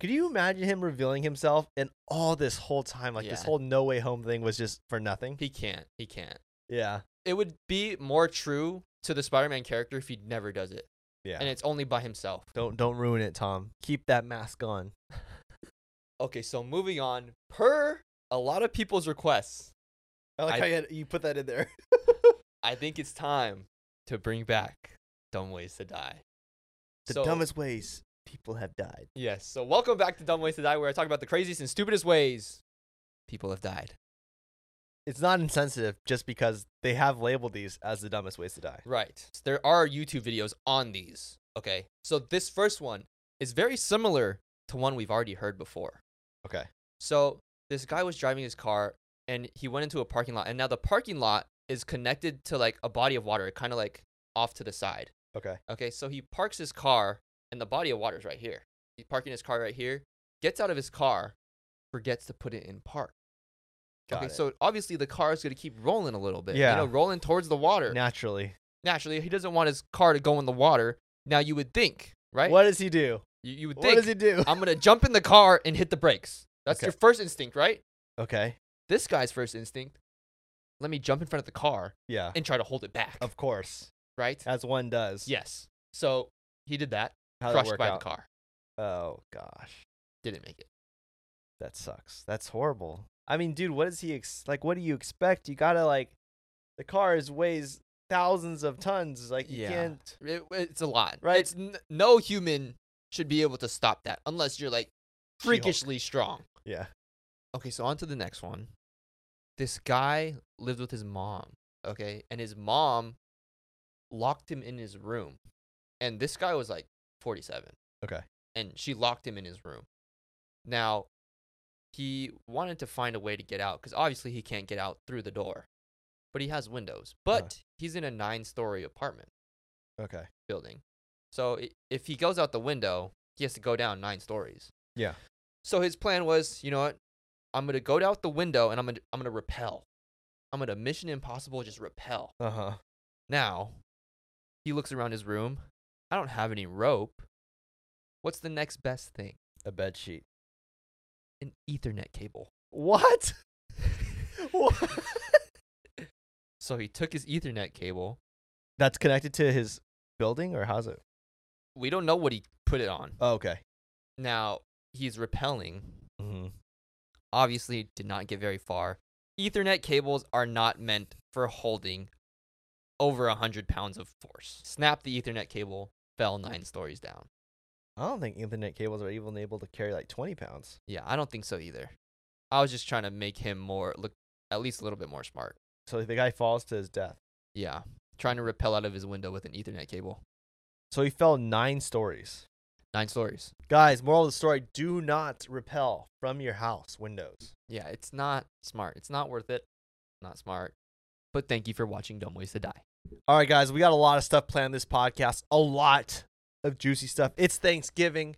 Could you imagine him revealing himself and all this whole time, like this Yeah. whole No Way Home thing was just for nothing? He can't. He can't. Yeah. It would be more true to the Spider-Man character if he never does it, Yeah. and it's only by himself. don't don't ruin it, Tom. Keep that mask on. Okay, so moving on. Per a lot of people's requests, I like I- how you, had- you put that in there. I think it's time to bring back Dumb Ways to Die. the So- dumbest ways people have died. Yes. So, welcome back to Dumb Ways to Die, where I talk about the craziest and stupidest ways people have died. It's not insensitive just because they have labeled these as the dumbest ways to die. Right. There are YouTube videos on these. Okay. So, this first one is very similar to one we've already heard before. Okay. So, this guy was driving his car and he went into a parking lot, and now the parking lot is connected to like a body of water, kind of like off to the side. Okay. Okay, so he parks his car, and the body of water is right here. He's parking his car right here, gets out of his car, forgets to put it in park. Got okay, it. so obviously the car is going to keep rolling a little bit. Yeah. You know, rolling towards the water. naturally, Naturally, he doesn't want his car to go in the water. Now, you would think, right? what does he do? You, you would What does think he do? I'm gonna jump in the car and hit the brakes. That's Okay. your first instinct, right? Okay. This guy's first instinct. Let me jump in front of the car Yeah. and try to hold it back. Of course, Right? as one does. Yes. So he did that. How'd that crushed work by out? the car. Oh gosh, Didn't make it. that sucks. That's horrible. I mean, dude, what is he ex- like? What do you expect? You gotta like, the car is weighs thousands of tons. Like you Yeah. can't. It- it's a lot. Right. It's n- no human should be able to stop that unless you're like She-Hulk. freakishly strong. Yeah. Okay, so on to the next one. This guy lived with his mom, okay? And his mom locked him in his room. And this guy was like 47. Okay. And she locked him in his room. Now, he wanted to find a way to get out because obviously he can't get out through the door, but he has windows. Uh-huh. But he's in a nine story apartment Okay. building. So i- if he goes out the window, he has to go down nine stories. Yeah. So his plan was, you know what? I'm gonna go out the window and I'm gonna I'm gonna repel. I'm gonna Mission Impossible just repel. Uh huh. Now, he looks around his room. I don't have any rope. What's the next best thing? A bed sheet. An Ethernet cable. What? what? So he took his Ethernet cable. That's connected to his building, or how's it? We don't know what he put it on. Oh, okay. Now he's repelling. Mm-hmm. obviously did not get very far. Ethernet cables are not meant for holding over 100 pounds of force. Snap the Ethernet cable, fell nine stories down. I don't think Ethernet cables are even able to carry like 20 pounds. Yeah, I don't think so either. I was just trying to make him more look at least a little bit more smart. So the guy falls to his death. Yeah, trying to rappel out of his window with an Ethernet cable. So he fell nine stories. Nine stories. Guys, moral of the story do not repel from your house windows. Yeah, it's not smart. It's not worth it. Not smart. But thank you for watching Dumb Ways to Die. All right, guys, we got a lot of stuff planned this podcast. A lot of juicy stuff. It's Thanksgiving.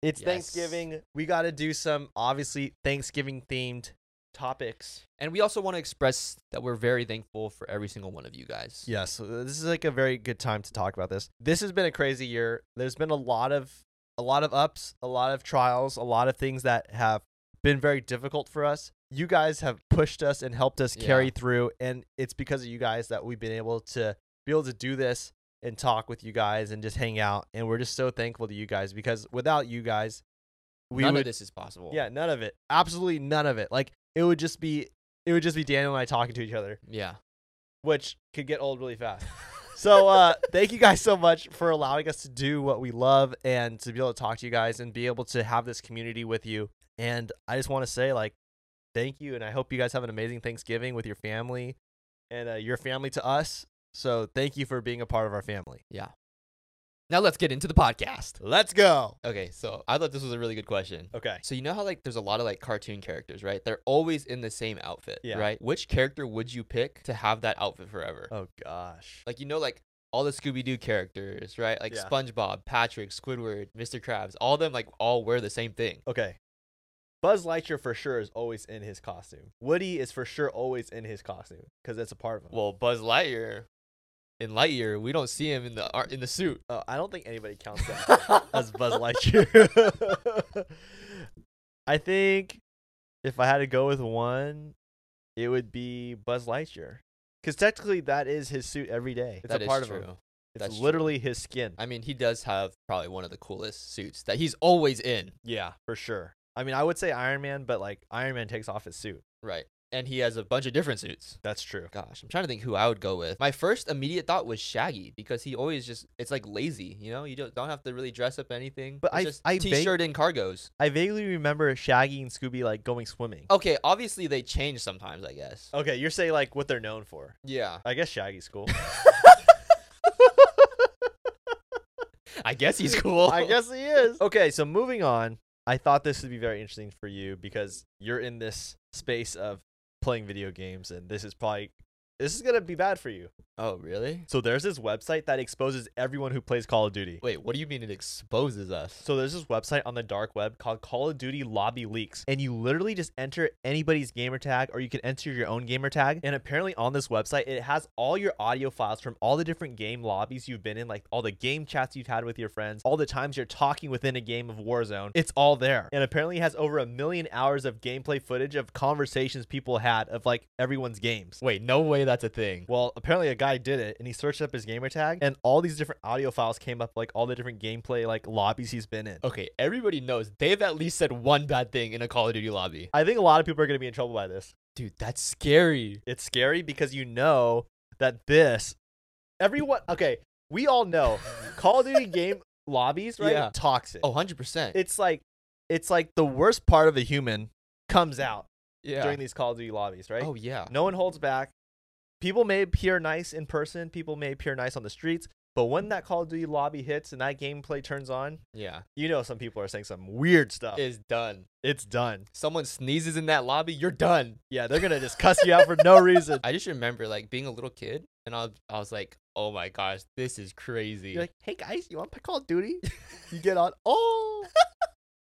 It's Yes. Thanksgiving. We got to do some, obviously, Thanksgiving themed topics. And we also want to express that we're very thankful for every single one of you guys. Yes, so this is like a very good time to talk about this. This has been a crazy year. There's been a lot of a lot of ups, a lot of trials, a lot of things that have been very difficult for us. You guys have pushed us and helped us carry Yeah. through, and it's because of you guys that we've been able to be able to do this and talk with you guys and just hang out. And we're just so thankful to you guys because without you guys, we None would of this is possible. yeah none of it, absolutely none of it. Like it would just be it would just be Daniel and I talking to each other Yeah. which could get old really fast. so uh, thank you guys so much for allowing us to do what we love and to be able to talk to you guys and be able to have this community with you. And I just want to say like thank you, and I hope you guys have an amazing Thanksgiving with your family and uh, your family to us. So thank you for being a part of our family. Now let's get into the podcast. Let's go. Okay, so I thought this was a really good question. Okay. So you know how like there's a lot of like cartoon characters, right? They're always in the same outfit, Yeah. right? Which character would you pick to have that outfit forever? Oh gosh. Like you know like all the Scooby Doo characters, right? Like Yeah. SpongeBob, Patrick, Squidward, Mr. Krabs, all of them like all wear the same thing. Okay. Buzz Lightyear for sure is always in his costume. Woody is for sure always in his costume because that's a part of him. Well, Buzz Lightyear in Lightyear, we don't see him in the ar- in the suit. Uh, I don't think anybody counts that. as Buzz Lightyear. I think if I had to go with one, it would be Buzz Lightyear. Because technically, that is his suit every day. It's That a is part true. of him. It's That's true. literally his skin. I mean, he does have probably one of the coolest suits that he's always in. yeah, for sure. I mean, I would say Iron Man, but like Iron Man takes off his suit. Right. And he has a bunch of different suits. That's true. Gosh, I'm trying to think who I would go with. My first immediate thought was Shaggy because he always just it's like lazy, you know? You don't don't have to really dress up anything. But It's I- just I vague- t-shirt and cargos. I vaguely remember Shaggy and Scooby like going swimming. Okay, obviously they change sometimes, I guess. Okay, you're saying like what they're known for. Yeah. I guess Shaggy's cool. I guess he's cool. I guess he is. Okay, so moving on. I thought this would be very interesting for you because you're in this space of playing video games, and this is probably this is gonna be bad for you. Oh, really? So there's this website that exposes everyone who plays Call of Duty. Wait, what do you mean it exposes us? So there's this website on the dark web called Call of Duty Lobby Leaks, and you literally just enter anybody's gamer tag, or you can enter your own gamer tag. And apparently on this website, it has all your audio files from all the different game lobbies you've been in, like all the game chats you've had with your friends, all the times you're talking within a game of Warzone. It's all there. And apparently it has over a million hours of gameplay footage of conversations people had of like everyone's games. Wait, no way that's a thing. Well, apparently a guy did it and he searched up his gamer tag and all these different audio files came up like all the different gameplay like lobbies he's been in. Okay, everybody knows they've at least said one bad thing in a Call of Duty lobby. I think a lot of people are going to be in trouble by this. Dude, that's scary. It's scary because you know that this everyone okay, we all know Call of Duty game lobbies, right? Yeah. Toxic. Oh, 100%. It's like it's like the worst part of a human comes out yeah. during these Call of Duty lobbies, right? Oh, yeah. No one holds back. People may appear nice in person, people may appear nice on the streets, but when that Call of Duty lobby hits and that gameplay turns on, Yeah. you know some people are saying some weird stuff. It's done. it's done. Someone sneezes in that lobby, you're done. Yeah, they're gonna just cuss you out for no reason. I just remember like being a little kid and I was, I was like, oh my gosh, this is crazy. You're like, hey guys, you want to play Call of Duty? You get on, oh,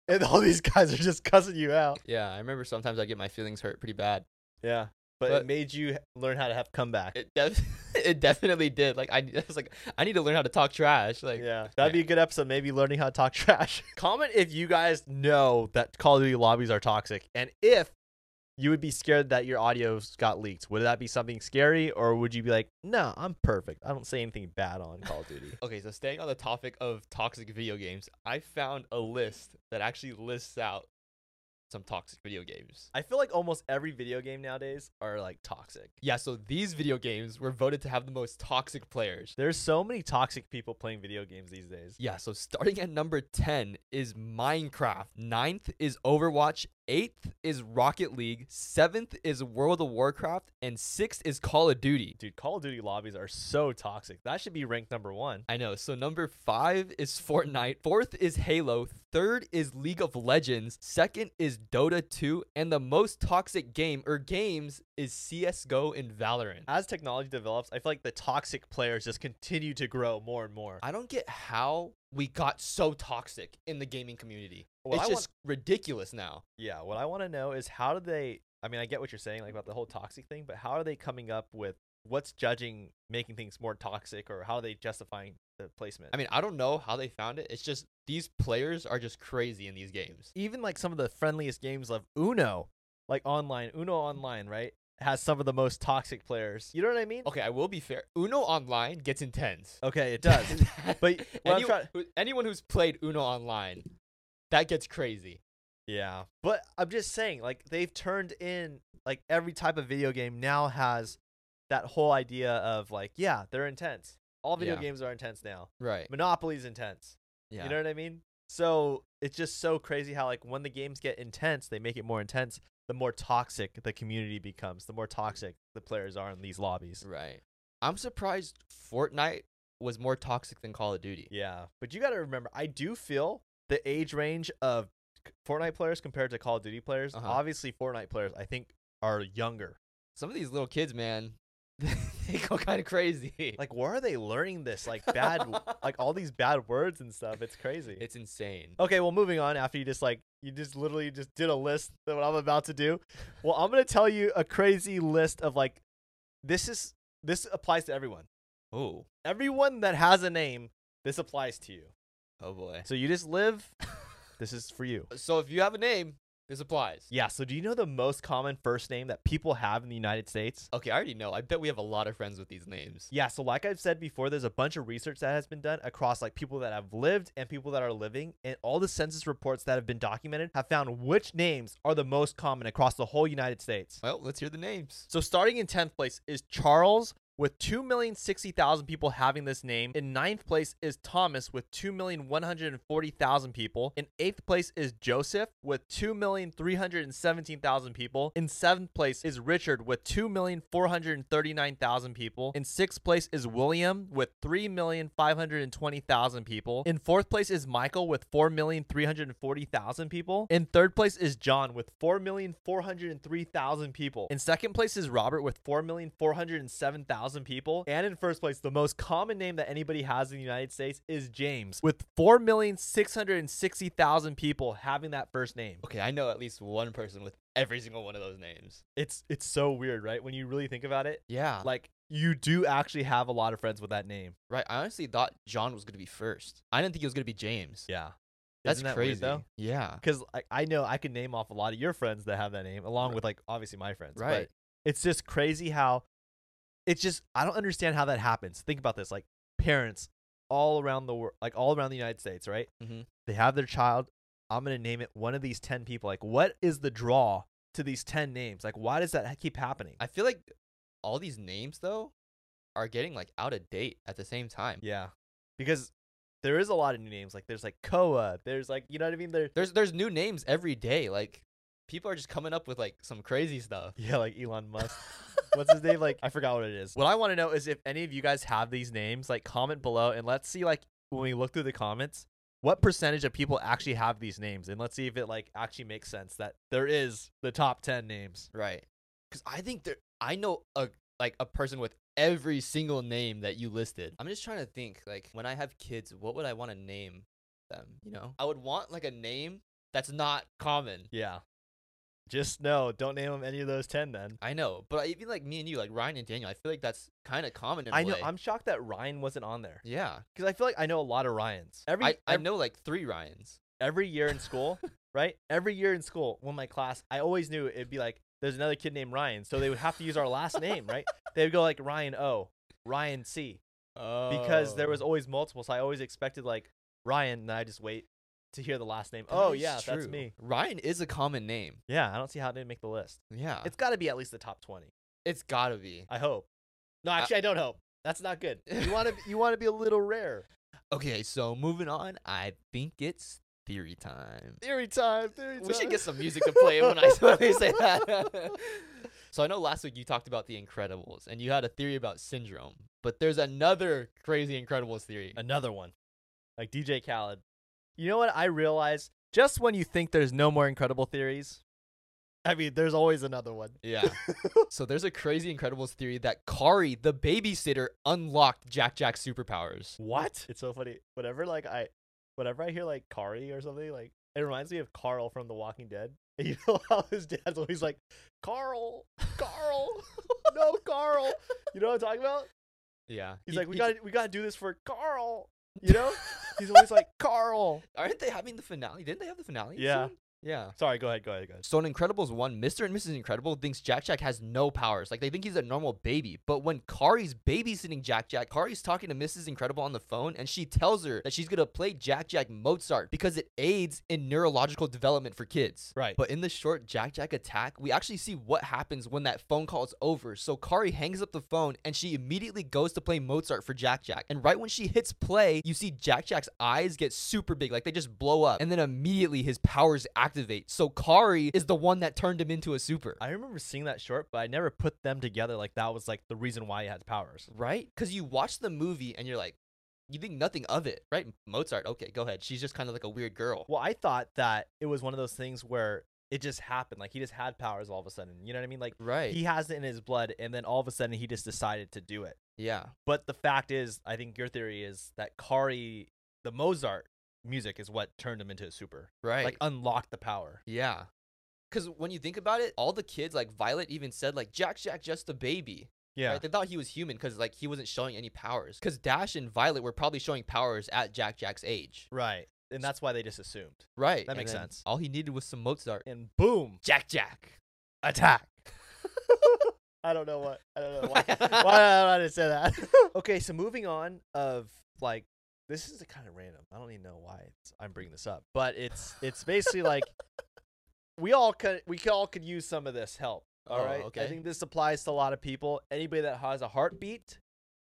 and all these guys are just cussing you out. yeah, I remember sometimes I get my feelings hurt pretty bad. Yeah, but, But- it made you learn how to have comeback. It def- it definitely did. Like I, I was like, I need to learn how to talk trash. Like yeah, that'd be a good episode. Maybe learning how to talk trash. Comment if you guys know that Call of Duty lobbies are toxic, and if you would be scared that your audios got leaked. Would that be something scary, or would you be like, no, I'm perfect. I don't say anything bad on Call of Duty. Okay, so staying on the topic of toxic video games, I found a list that actually lists out some toxic video games. I feel like almost every video game nowadays are like toxic. Yeah, so these video games were voted to have the most toxic players. There's so many toxic people playing video games these days. Yeah, so starting at number 10 is Minecraft. Ninth is Overwatch. Eighth is Rocket League. Seventh is World of Warcraft. And sixth is Call of Duty. Dude, Call of Duty lobbies are so toxic. That should be ranked number one. I know. So number five is Fortnite. Fourth is Halo. Third is League of Legends. Second is Dota 2. And the most toxic game or games is CSGO and Valorant. As technology develops, I feel like the toxic players just continue to grow more and more. I don't get how we got so toxic in the gaming community. Well, it's I want- just ridiculous now. yeah, what I want to know is how do they? I mean, I get what you're saying, like about the whole toxic thing, but how are they coming up with what's judging making things more toxic, or how are they justifying the placement? I mean, I don't know how they found it. It's just these players are just crazy in these games. even like some of the friendliest games of Uno, like online, Uno online, right, has some of the most toxic players. You know what I mean? Okay, I will be fair. Uno Online gets intense. Okay, it does. But Oh, what I'm Any- try- who- anyone who's played Uno Online, that gets crazy. Yeah, but I'm just saying, like they've turned in like every type of video game now has that whole idea of like, yeah, they're intense. All video Yeah. games are intense now. Right. Monopoly's intense. Yeah. You know what I mean? So it's just so crazy how like when the games get intense, they make it more intense. The more toxic the community becomes, the more toxic the players are in these lobbies. right. I'm surprised Fortnite was more toxic than Call of Duty. Yeah, but you got to remember, I do feel the age range of c- Fortnite players compared to Call of Duty players. Uh-huh. Obviously, Fortnite players I think are younger. Some of these little kids, man, they go kind of crazy. Like, where are they learning this? Like bad, like all these bad words and stuff. It's crazy. it's insane. okay, well, moving on. After you just like you just literally just did a list of what I'm about to do. Well, I'm gonna tell you a crazy list of like this is this applies to everyone. Oh, Everyone that has a name, this applies to you. oh boy. So you just live. this is for you. So if you have a name, this applies. Yeah. So do you know the most common first name that people have in the United States? Okay, I already know. I bet we have a lot of friends with these names. Yeah, so like I've said before, there's a bunch of research that has been done across like people that have lived and people that are living, and all the census reports that have been documented have found which names are the most common across the whole United States. Well, let's hear the names. So starting in 10th place is Charles with 2,060,000 people having this name. In ninth place is Thomas with 2,140,000 people. In 8th place is Joseph with 2,317,000 people. In 7th place is Richard with 2,439,000 people. In 6th place is William with 3,520,000 people. In 4th place is Michael with 4,340,000 people. In 3rd place is John with 4,403,000 people. In 2nd place is Robert with 4,407,000 1,000 people. And in first place, the most common name that anybody has in the United States is James, with 4,660,000 people having that first name. Okay, I know at least one person with every single one of those names. It's it's so weird, right? When you really think about it, Yeah. like you do actually have a lot of friends with that name. right. I honestly thought John was gonna be first. I didn't think it was gonna be James. Yeah. That's Isn't that crazy weird, though? Yeah. Because like, I know I can name off a lot of your friends that have that name, along with like obviously my friends. but Right. it's just crazy how it's just I don't understand how that happens. Think about this: like parents all around the world, like all around the United States, right? Mhm. They have their child. I'm gonna name it one of these ten people. Like, what is the draw to these ten names? Like, why does that ha- keep happening? I feel like all these names though are getting like out of date at the same time. yeah, because there is a lot of new names. Like, there's like Koa. There's like you know what I mean. There, There's there's new names every day. Like people are just coming up with like some crazy stuff. yeah, like Elon Musk. What's his name? Like I forgot what it is. What I want to know is if any of you guys have these names, like comment below and let's see like when we look through the comments, what percentage of people actually have these names and let's see if it like actually makes sense that there is the top 10 names. Right. Because I think there, I know a like a person with every single name that you listed. I'm just trying to think like when I have kids, what would I want to name them? You know, I would want like a name that's not common. Yeah. Just no, don't name them any of those 10 then. I know, but even like me and you, like Ryan and Daniel, I feel like that's kind of common. In a I know way. I'm shocked that Ryan wasn't on there Yeah, cuz I feel like I know a lot of Ryans. Every I, I ev- know like three Ryans. every year in school, right? Every year in school, when my class, I always knew it'd be like, there's another kid named Ryan. So they would have to use our last name, right? They would go like Ryan O, Ryan C, Oh. because there was always multiple. So I always expected like Ryan, and I just wait to hear the last name. oh, yeah, that's me. Ryan is a common name. Yeah, I don't see how it didn't make the list. Yeah, It's got to be at least the top 20. it's gotta be. I hope. No, actually, I, don't hope. That's not good. You want to you want to be a little rare. Okay, so moving on, I think it's theory time. Theory time. Theory time. We should get some music to play when I when we say that. so I know last week you talked about the Incredibles and you had a theory about syndrome, but there's another crazy Incredibles theory. another one like dj khaled you know what i realize just when you think there's no more incredible theories i mean there's always another one Yeah. so there's a crazy Incredibles theory that Kari, the babysitter, unlocked Jack Jack's superpowers. what it's so funny whenever like i whenever i hear like kari or something like it reminds me of carl from the walking dead and you know how his dad's always like carl carl no carl you know what i'm talking about Yeah. he's He- like we he- gotta we gotta do this for carl you know he's always like carl Aren't they having the finale? Didn't they have the finale? Yeah. soon? Yeah. sorry go ahead go ahead go ahead So in Incredibles 1, Mr. and Mrs. Incredible thinks Jack Jack has no powers. Like they think he's a normal baby. But when Kari's babysitting Jack Jack, Kari's talking to Mrs. Incredible on the phone and she tells her that she's going to play Jack Jack Mozart because it aids in neurological development for kids. Right. But in the short Jack Jack attack, we actually see what happens when that phone call is over. So Kari hangs up the phone and she immediately goes to play Mozart for Jack Jack. And right when she hits play, you see Jack Jack's eyes get super big, like they just blow up. And then immediately his powers activate. So Kari is the one that turned him into a super. I remember seeing that short, but I never put them together like that was like the reason why he had powers. Right? Because you watch the movie and you're like, you think nothing of it, right? Mozart, okay, go ahead. She's just kind of like a weird girl. Well, I thought that it was one of those things where it just happened. Like he just had powers all of a sudden. You know what I mean? Like Right. he has it in his blood, and then all of a sudden he just decided to do it. yeah. But the fact is, I think your theory is that Kari, the Mozart music, is what turned him into a super. Right. Like unlocked the power. Yeah. Because when you think about it, all the kids, like Violet even said, like, Jack Jack, just a baby. Yeah. Right? They thought he was human because, like, he wasn't showing any powers. Because Dash and Violet were probably showing powers at Jack Jack's age. Right. And that's why they just assumed. Right. That and makes then sense. All he needed was some Mozart. And boom, Jack Jack. attack. I don't know what. I don't know why. Why did I just say that? okay, so moving on of like this is kind of random. I don't even know why it's, I'm bringing this up, but it's it's basically like we all could we could all could use some of this help. All Oh, right, I okay. think this applies to a lot of people. Anybody that has a heartbeat,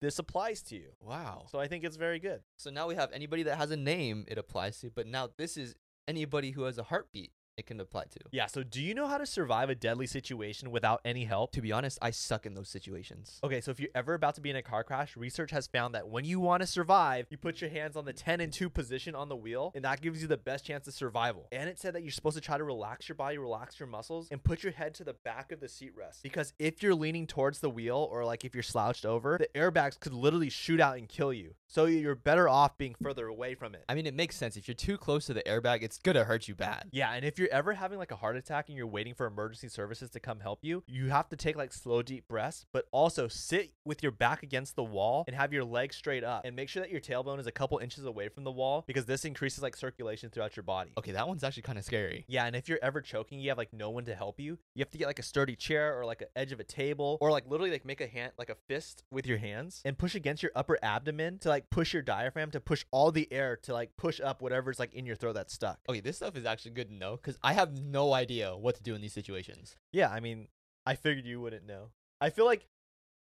this applies to you. Wow. So I think it's very good. So now we have anybody that has a name it applies to, but now this is anybody who has a heartbeat. it can apply to. Yeah. So, do you know how to survive a deadly situation without any help? To be honest, I suck in those situations. Okay, so if you're ever about to be in a car crash, research has found that when you want to survive, you put your hands on the 10 and 2 position on the wheel, and that gives you the best chance of survival. And it said that you're supposed to try to relax your body, relax your muscles, and put your head to the back of the seat rest. Because if you're leaning towards the wheel or like if you're slouched over, the airbags could literally shoot out and kill you. So you're better off being further away from it. I mean, it makes sense. If you're too close to the airbag, it's gonna hurt you bad. Yeah, and if you're ever having like a heart attack and you're waiting for emergency services to come help you, you have to take like slow, deep breaths, but also sit with your back against the wall and have your legs straight up and make sure that your tailbone is a couple inches away from the wall because this increases like circulation throughout your body. Okay, that one's actually kind of scary. Yeah, and if you're ever choking, you have like no one to help you. You have to get like a sturdy chair or like an edge of a table or like literally like make a hand like a fist with your hands and push against your upper abdomen to like push your diaphragm to push all the air to like push up whatever's like in your throat that's stuck. Okay, this stuff is actually good to know because I have no idea what to do in these situations. Yeah, I mean, I figured you wouldn't know. I feel like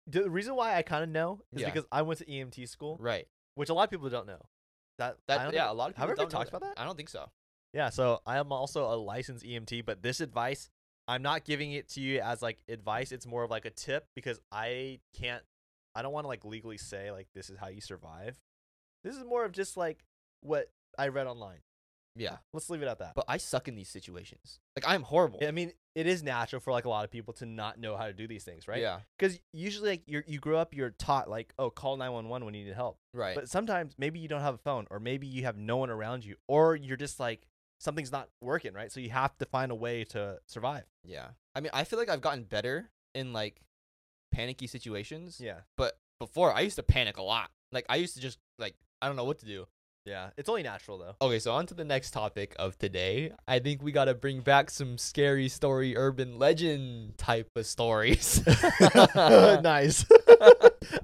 the reason why I kind of know is Yeah. because I went to EMT school, Right. which a lot of people don't know. That, I That don't yeah, think- a lot of people have we don't know talked about that? I don't think so. Yeah, so I am also a licensed EMT, but this advice, I'm not giving it to you as like advice. It's more of like a tip because I can't, I don't want to like legally say like this is how you survive. This is more of just like what I read online. Yeah, Let's leave it at that. but I suck in these situations. Like I'm horrible. I mean, it is natural for like a lot of people to not know how to do these things, right? Yeah. because usually like you you grow up you're taught like oh call 911 when you need help Right. but sometimes maybe you don't have a phone or maybe you have no one around you or you're just like something's not working right so you have to find a way to survive yeah. I mean, I feel like I've gotten better in like panicky situations. yeah But before, I used to panic a lot. Like I used to just like I don't know what to do. yeah it's only natural though Okay, so on to the next topic of today. I think we got to bring back some scary story, urban legend type of stories. nice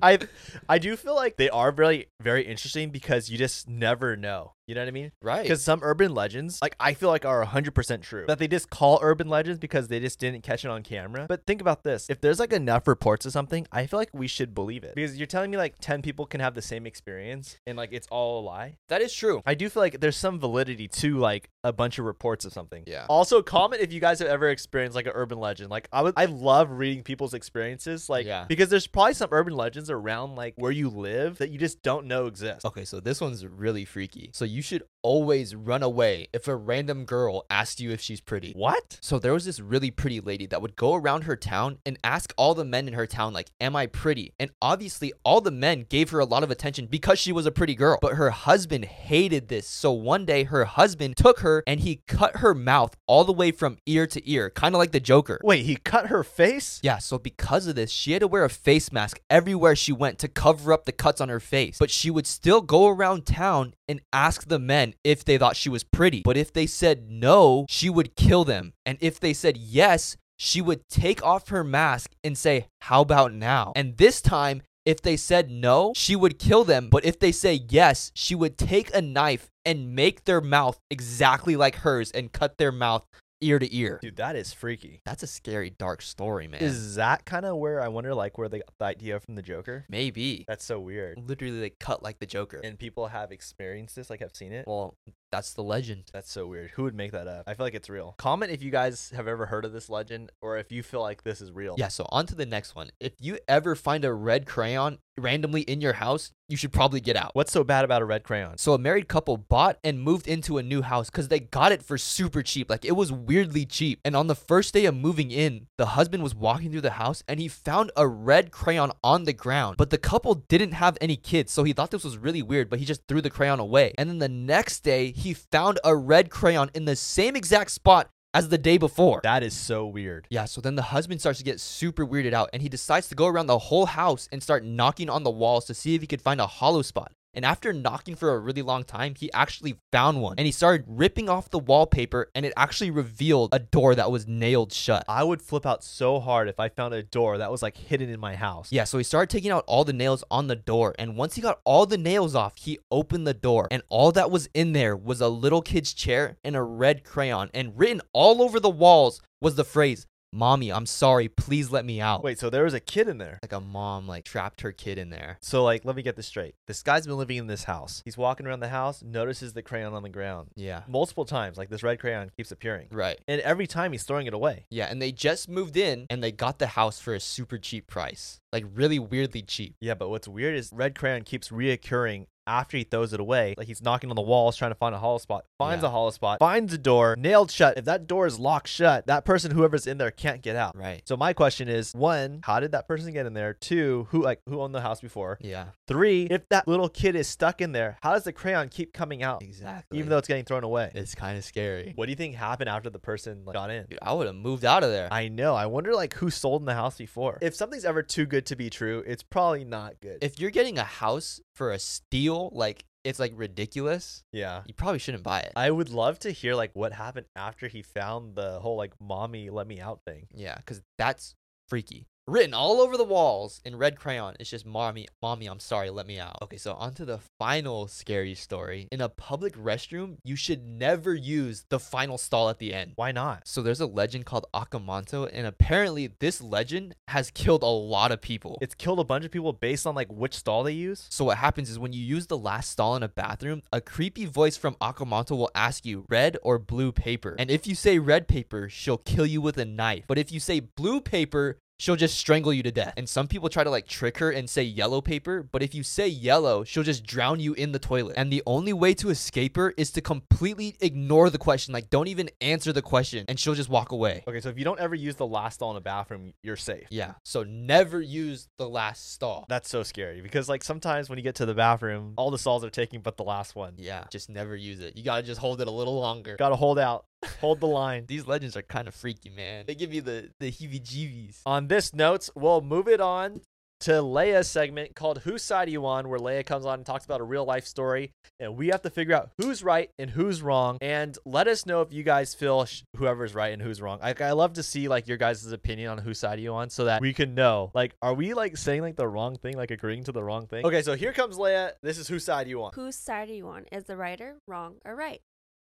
i i do feel like they are very very interesting because you just never know you know what i mean right. because some urban legends like i feel like are 100% true that they just call urban legends because they just didn't catch it on camera but think about this if there's like enough reports of something i feel like we should believe it because you're telling me like 10 people can have the same experience and like it's all a lie That is true. i do feel like there's some validity to like a bunch of reports of something Yeah. also comment if you guys have ever experienced like an urban legend like i would i love reading people's experiences like Yeah. because there's probably some urban legends around like where you live that you just don't know exist Okay, so this one's really freaky. So you should always run away if a random girl asks you if she's pretty. what So there was this really pretty lady that would go around her town and ask all the men in her town like, "Am I pretty?" And obviously all the men gave her a lot of attention because she was a pretty girl. But her husband hated this. So one day her husband took her and he cut her mouth all the way from ear to ear, kind of like the Joker. wait he cut her face Yeah, so because of this, she had to wear a face mask everywhere she went to cover up the cuts on her face. But she would still go around town and ask the men if they thought she was pretty. But if they said no, she would kill them. And if they said yes, she would take off her mask and say, How about now? And this time, if they said no, she would kill them. But if they say yes, she would take a knife and make their mouth exactly like hers and cut their mouth ear to ear. dude that is freaky That's a scary, dark story, man. Is that kind of where I wonder, like, where they got the idea from the Joker? Maybe. That's so weird. Literally, like cut like the Joker. And people have experienced this, like, have seen it. well, that's the legend. That's so weird. Who would make that up? I feel like it's real. Comment if you guys have ever heard of this legend or if you feel like this is real. Yeah, so on to the next one. If you ever find a red crayon randomly in your house, you should probably get out. What's so bad about a red crayon? So a married couple bought and moved into a new house because they got it for super cheap. Like it was weirdly cheap. And on the first day of moving in, the husband was walking through the house and he found a red crayon on the ground. But the couple didn't have any kids, so he thought this was really weird. But he just threw the crayon away. And then the next day, he found a red crayon in the same exact spot as the day before. That is so weird. Yeah, so then the husband starts to get super weirded out and he decides to go around the whole house and start knocking on the walls to see if he could find a hollow spot. And after knocking for a really long time, he actually found one and he started ripping off the wallpaper and it actually revealed a door that was nailed shut. I would flip out so hard if I found a door that was, like, hidden in my house. Yeah, so he started taking out all the nails on the door. And once he got all the nails off, he opened the door. And all that was in there was a little kid's chair and a red crayon. And written all over the walls was the phrase, mommy, I'm sorry, please let me out. Wait, so there was a kid in there. Like a mom like trapped her kid in there. So like, let me get this straight. This guy's been living in this house. He's walking around the house, notices the crayon on the ground Yeah. multiple times. Like this red crayon keeps appearing, Right. and every time he's throwing it away. Yeah, and they just moved in and they got the house for a super cheap price. Like really weirdly cheap. Yeah, but what's weird is red crayon keeps reoccurring after he throws it away. Like he's knocking on the walls trying to find a hollow spot, finds Yeah. a hollow spot, finds a door, nailed shut. If that door is locked shut, that person, whoever's in there, can't get out. Right. So my question is: one, how did that person get in there? Two, who like who owned the house before? Yeah. Three, if that little kid is stuck in there, how does the crayon keep coming out, Exactly. even though it's getting thrown away? it's kind of scary. What do you think happened after the person like, got in? Dude, I would have moved out of there. I know. I wonder like who sold in the house before. If something's ever too good to be true, it's probably not good. if you're getting a house for a steal, like it's like ridiculous, yeah. you probably shouldn't buy it. I would love to hear like what happened after he found the whole like mommy let me out thing. Yeah, because that's freaky. Written all over the walls in red crayon. It's just mommy, mommy, I'm sorry, let me out. Okay, so on to the final scary story. In a public restroom, you should never use the final stall at the end. Why not? So there's a legend called Akamanto, and apparently this legend has killed a lot of people. It's killed a bunch of people based on like which stall they use. so what happens is when you use the last stall in a bathroom, a creepy voice from Akamanto will ask you red or blue paper. And if you say red paper, she'll kill you with a knife. But if you say blue paper, she'll just strangle you to death. And some people try to like trick her and say yellow paper, but if you say yellow, she'll just drown you in the toilet. And the only way to escape her is to completely ignore the question, like don't even answer the question, and she'll just walk away. Okay, so if you don't ever use the last stall in a bathroom, you're safe. Yeah. So never use the last stall. That's so scary because like sometimes when you get to the bathroom, all the stalls are taken but the last one. yeah. Just never use it. You got to just hold it a little longer. Gotta hold out, hold the line. These legends are kind of freaky, man. They give you the, the heebie jeebies. On this note, we'll move it on to Leia's segment called Whose Side Are You On? where Leia comes on and talks about a real life story. And we have to figure out who's right and who's wrong. And let us know if you guys feel sh- whoever's right and who's wrong. I, I love to see like your guys' opinion on whose side are you on so that we can know. Like, are we like saying like the wrong thing, like agreeing to the wrong thing? Okay, so here comes Leia. This is whose side you on. Whose side are you on? Is the writer wrong or right?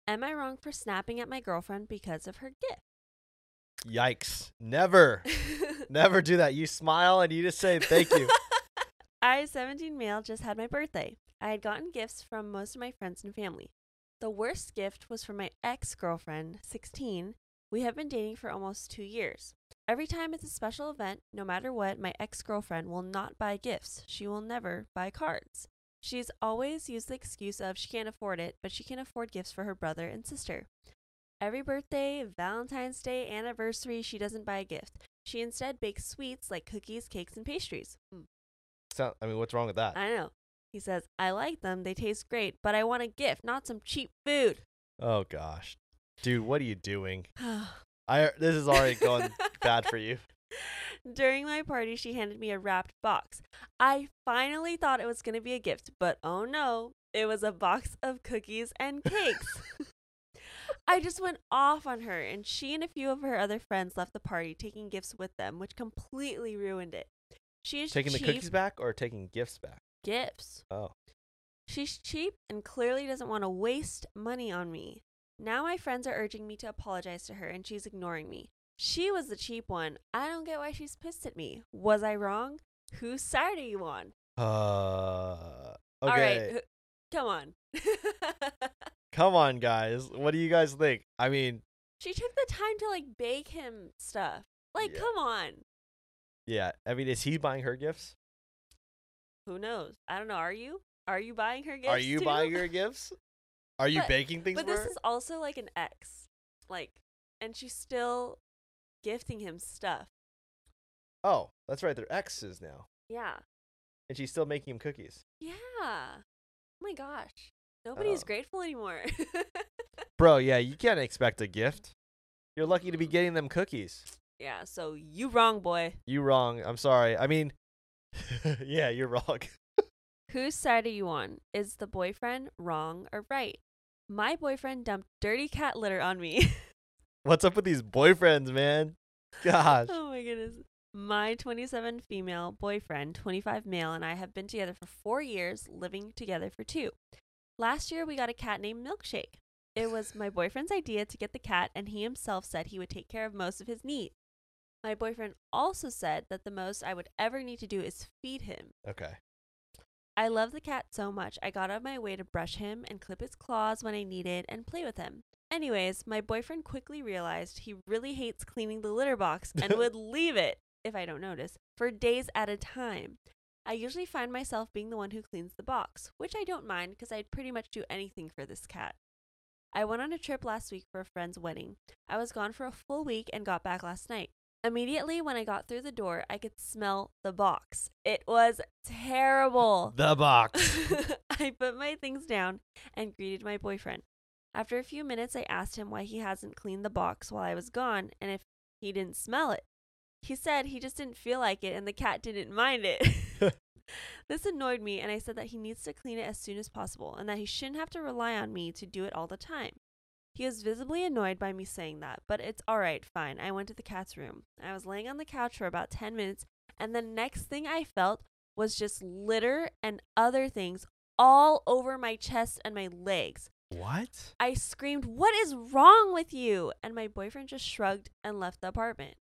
Am I wrong for snapping at my girlfriend because of her Yikes. Never. gift? Never do that. You smile and you just say thank you. I, 17 male, just had my birthday. I had gotten gifts from most of my friends and family. The worst gift was from my ex girlfriend, 16. We have been dating for almost two years. Every time it's a special event, no matter what, my ex girlfriend will not buy gifts. She will never buy cards. She's always used the excuse of she can't afford it, but she can afford gifts for her brother and sister. Every birthday, Valentine's Day, anniversary, she doesn't buy a gift. She instead bakes sweets like cookies, cakes, and pastries. Mm, Sound, I mean, what's wrong with that? I know. He says, I like them. They taste great, but I want a gift, not some cheap food. Oh gosh. Dude, what are you doing? I this is already going bad for you. During my party, she handed me a wrapped box. I finally thought it was going to be a gift, but oh no, it was a box of cookies and cakes. I just went off on her, and she and a few of her other friends left the party taking gifts with them, which completely ruined it. She is Taking the cheap cookies back or taking gifts back? gifts. Oh. She's cheap and clearly doesn't want to waste money on me. Now my friends are urging me to apologize to her and she's ignoring me. She was the cheap one. I don't get why she's pissed at me. Was I wrong? Whose side are you on? Uh okay. All right, who- come on. Come on guys. What do you guys think? I mean, she took the time to like bake him stuff. Like, Yeah. come on. yeah. I mean, is he buying her gifts? Who knows? I don't know. Are you? Are you buying her gifts? are you too? buying her gifts? Are you But- baking things But for this her? is also like an ex, like, and she's still gifting him stuff. oh, that's right. They're exes now. Yeah. And she's still making him cookies. Yeah. Oh my gosh. Nobody's Oh. grateful anymore. Bro, yeah, you can't expect a gift. You're lucky to be getting them cookies. yeah, so you wrong, boy. You wrong. I'm sorry. I mean, yeah, you're wrong. Whose side are you on? Is the boyfriend wrong or right? My boyfriend dumped dirty cat litter on me. What's up with these boyfriends, man? Gosh. oh my goodness. My 27 female boyfriend, 25 male, and I have been together for four years, living together for two. Last year, we got a cat named Milkshake. It was my boyfriend's idea to get the cat, and he himself said he would take care of most of his needs. My boyfriend also said that the most I would ever need to do is feed him. Okay. I love the cat so much, I got out of my way to brush him and clip his claws when I needed and play with him. Anyways, my boyfriend quickly realized he really hates cleaning the litter box and would leave it, if I don't notice, for days at a time. I usually find myself being the one who cleans the box, which I don't mind because I'd pretty much do anything for this cat. I went on a trip last week for a friend's wedding. I was gone for a full week and got back last night. Immediately when I got through the door, I could smell the box. It was terrible. The box. I put my things down and greeted my boyfriend. After a few minutes, I asked him why he hasn't cleaned the box while I was gone and if he didn't smell it. He said he just didn't feel like it and the cat didn't mind it. this annoyed me, and I said that he needs to clean it as soon as possible and that he shouldn't have to rely on me to do it all the time. He was visibly annoyed by me saying that, but it's all right, fine. I went to the cat's room. I was laying on the couch for about 10 minutes, and the next thing I felt was just litter and other things all over my chest and my legs. what? I screamed, What is wrong with you? And my boyfriend just shrugged and left the apartment.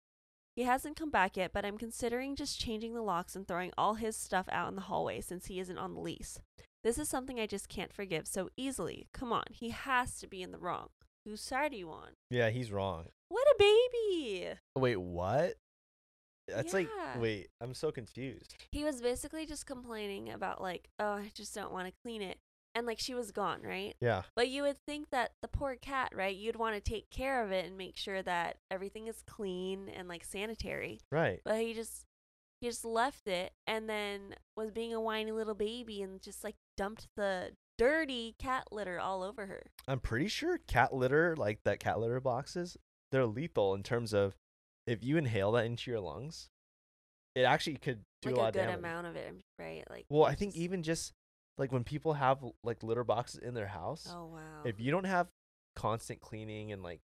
He hasn't come back yet, but I'm considering just changing the locks and throwing all his stuff out in the hallway since he isn't on the lease. This is something I just can't forgive so easily. Come on, he has to be in the wrong. Whose side are you on? Yeah, he's wrong. What a baby! Wait, what? That's like Yeah. wait, I'm so confused. He was basically just complaining about, like, oh, I just don't want to clean it. And, like, she was gone, right? Yeah. But you would think that the poor cat, right? You'd want to take care of it and make sure that everything is clean and like sanitary. Right. But he just he just left it and then was being a whiny little baby and just like dumped the dirty cat litter all over her. I'm pretty sure cat litter, like that cat litter boxes, they're lethal in terms of if you inhale that into your lungs, it actually could do like a lot a, of good damage. amount of it, I'm- right? Like Well, it I think just- even just like when people have like litter boxes in their house, Oh wow. if you don't have constant cleaning and like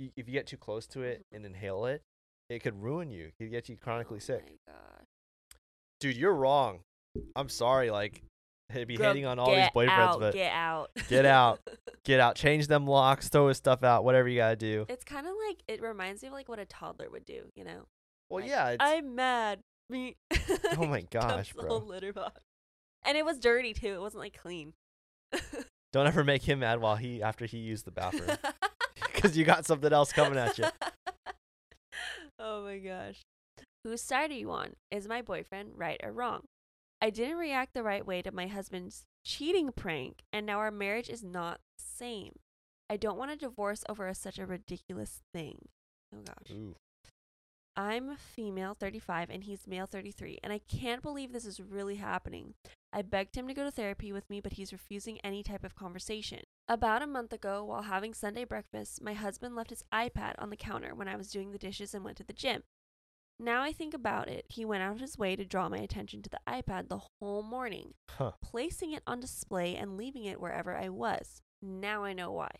y- if you get too close to it Mm-hmm. and inhale it, it could ruin you. It could get you chronically Oh sick. my gosh. Dude, you're wrong. I'm sorry. Like, to be Girl, hating on all these get boyfriends, out, but get out. Get out. get out, change them locks, throw his stuff out, whatever you gotta do. it's kind of like it reminds me of like what a toddler would do, you know? Well, Like, yeah. It's, I'm mad. Me. oh my gosh, dumps the whole bro. litter box. And it was dirty too. It wasn't like clean. Don't ever make him mad while he after he used the bathroom because you got something else coming at you. oh my gosh. Whose side are you on? Is my boyfriend right or wrong? I didn't react the right way to my husband's cheating prank, and now our marriage is not the same. I don't want a divorce over such a ridiculous thing. Oh gosh. Ooh. I'm female 35 and he's male 33, and I can't believe this is really happening. I begged him to go to therapy with me, but he's refusing any type of conversation. About a month ago, while having Sunday breakfast, my husband left his iPad on the counter when I was doing the dishes and went to the gym. Now I think about it, he went out of his way to draw my attention to the iPad the whole morning, Huh. placing it on display and leaving it wherever I was. Now I know why.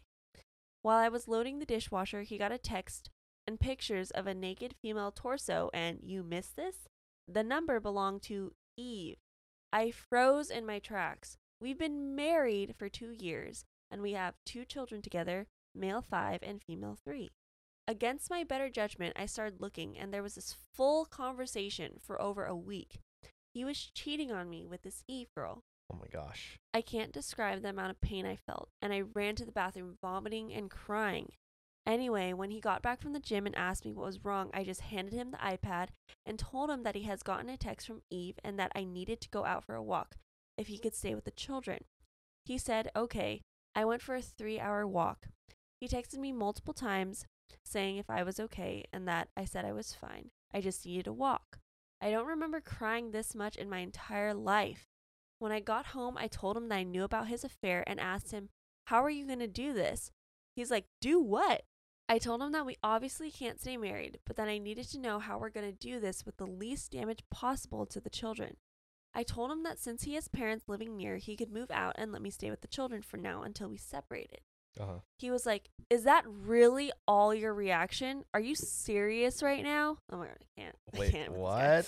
While I was loading the dishwasher, he got a text and pictures of a naked female torso, and you missed this? The number belonged to Eve. I froze in my tracks. We've been married for two years, and we have two children together male five and female three. Against my better judgment, I started looking, and there was this full conversation for over a week. He was cheating on me with this Eve girl. Oh my gosh. I can't describe the amount of pain I felt, and I ran to the bathroom vomiting and crying. Anyway, when he got back from the gym and asked me what was wrong, I just handed him the iPad and told him that he has gotten a text from Eve and that I needed to go out for a walk if he could stay with the children. He said, okay. I went for a three hour walk. He texted me multiple times saying if I was okay and that I said I was fine. I just needed a walk. I don't remember crying this much in my entire life. When I got home, I told him that I knew about his affair and asked him, How are you going to do this? He's like, Do what? I told him that we obviously can't stay married, but that I needed to know how we're going to do this with the least damage possible to the children. I told him that since he has parents living near, he could move out and let me stay with the children for now until we separated. Uh huh. He was like, Is that really all your reaction? Are you serious right now? Oh my God, I can't. I Wait, can't with this guy. what?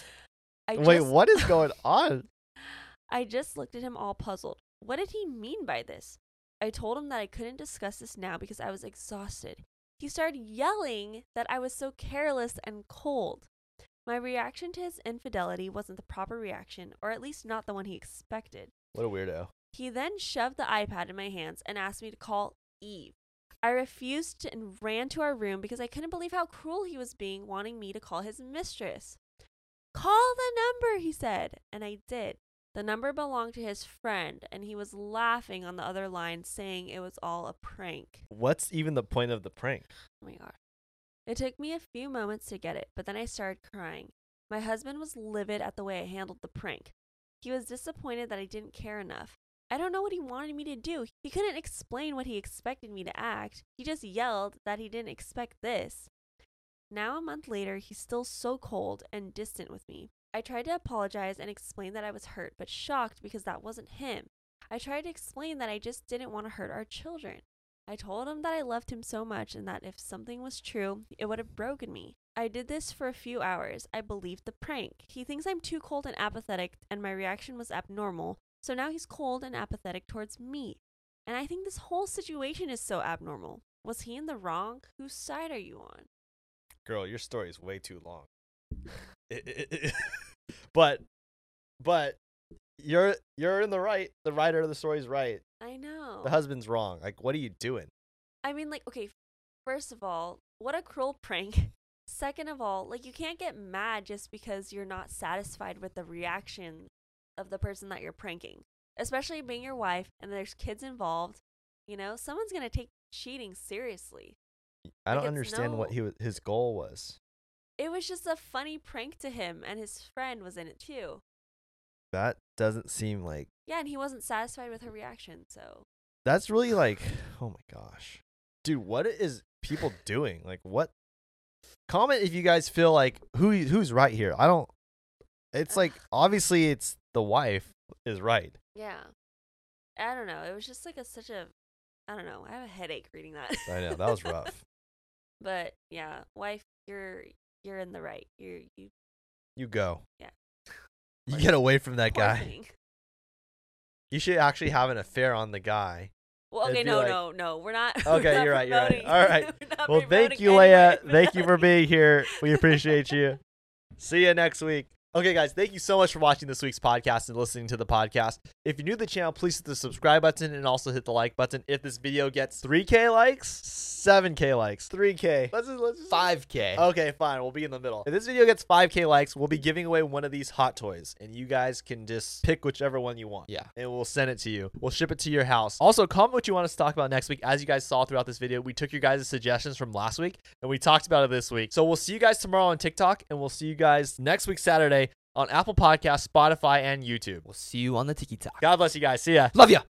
I Wait, just- what is going on? I just looked at him all puzzled. What did he mean by this? I told him that I couldn't discuss this now because I was exhausted. He started yelling that I was so careless and cold. My reaction to his infidelity wasn't the proper reaction, or at least not the one he expected. What a weirdo. He then shoved the iPad in my hands and asked me to call Eve. I refused to- and ran to our room because I couldn't believe how cruel he was being, wanting me to call his mistress. Call the number, he said, and I did. The number belonged to his friend, and he was laughing on the other line, saying it was all a prank. What's even the point of the prank? Oh my god. It took me a few moments to get it, but then I started crying. My husband was livid at the way I handled the prank. He was disappointed that I didn't care enough. I don't know what he wanted me to do. He couldn't explain what he expected me to act. He just yelled that he didn't expect this. Now, a month later, he's still so cold and distant with me. I tried to apologize and explain that I was hurt, but shocked because that wasn't him. I tried to explain that I just didn't want to hurt our children. I told him that I loved him so much and that if something was true, it would have broken me. I did this for a few hours. I believed the prank. He thinks I'm too cold and apathetic, and my reaction was abnormal, so now he's cold and apathetic towards me. And I think this whole situation is so abnormal. Was he in the wrong? Whose side are you on? Girl, your story is way too long. but but you're you're in the right. The writer of the story's right. I know. The husband's wrong. Like what are you doing? I mean, like, okay, first of all, what a cruel prank. Second of all, like, you can't get mad just because you're not satisfied with the reaction of the person that you're pranking, especially being your wife and there's kids involved. You know, someone's going to take cheating seriously. I Like, don't it's understand what no- he was, his goal was. It was just a funny prank to him, and his friend was in it too. That doesn't seem like Yeah, and he wasn't satisfied with her reaction, so. that's really like oh my gosh. Dude, what is people doing? Like what comment if you guys feel like who who's right here. I don't it's like obviously it's the wife is right. Yeah. I don't know. It was just like a such a. I don't know. I have a headache reading that. I know, that was rough. But yeah, wife, you're you're in the right. You're you You go. Yeah. You Like, get away from that poor guy. thing. You should actually have an affair on the guy. Well, It'd okay, be no, like- no, no. We're not. Okay, we're not you're right, you're right. promoting- All right. we're not Well, thank promoting you, anyone Leia. in Thank you for fidelity. being here. We appreciate you. See you next week. Okay, guys, thank you so much for watching this week's podcast and listening to the podcast. If you're new to the channel, please hit the subscribe button and also hit the like button. If this video gets 3K likes, 7K likes, 3K. Let's just, let's just 5K. Okay, fine. We'll be in the middle. If this video gets 5K likes, we'll be giving away one of these hot toys, and you guys can just pick whichever one you want. Yeah. And we'll send it to you. We'll ship it to your house. Also, comment what you want us to talk about next week. As you guys saw throughout this video, we took your guys' suggestions from last week and we talked about it this week. So we'll see you guys tomorrow on TikTok, and we'll see you guys next week, Saturday, on Apple Podcasts, Spotify, and YouTube. We'll see you on the Tiki Talk. God bless you guys. See ya. Love ya.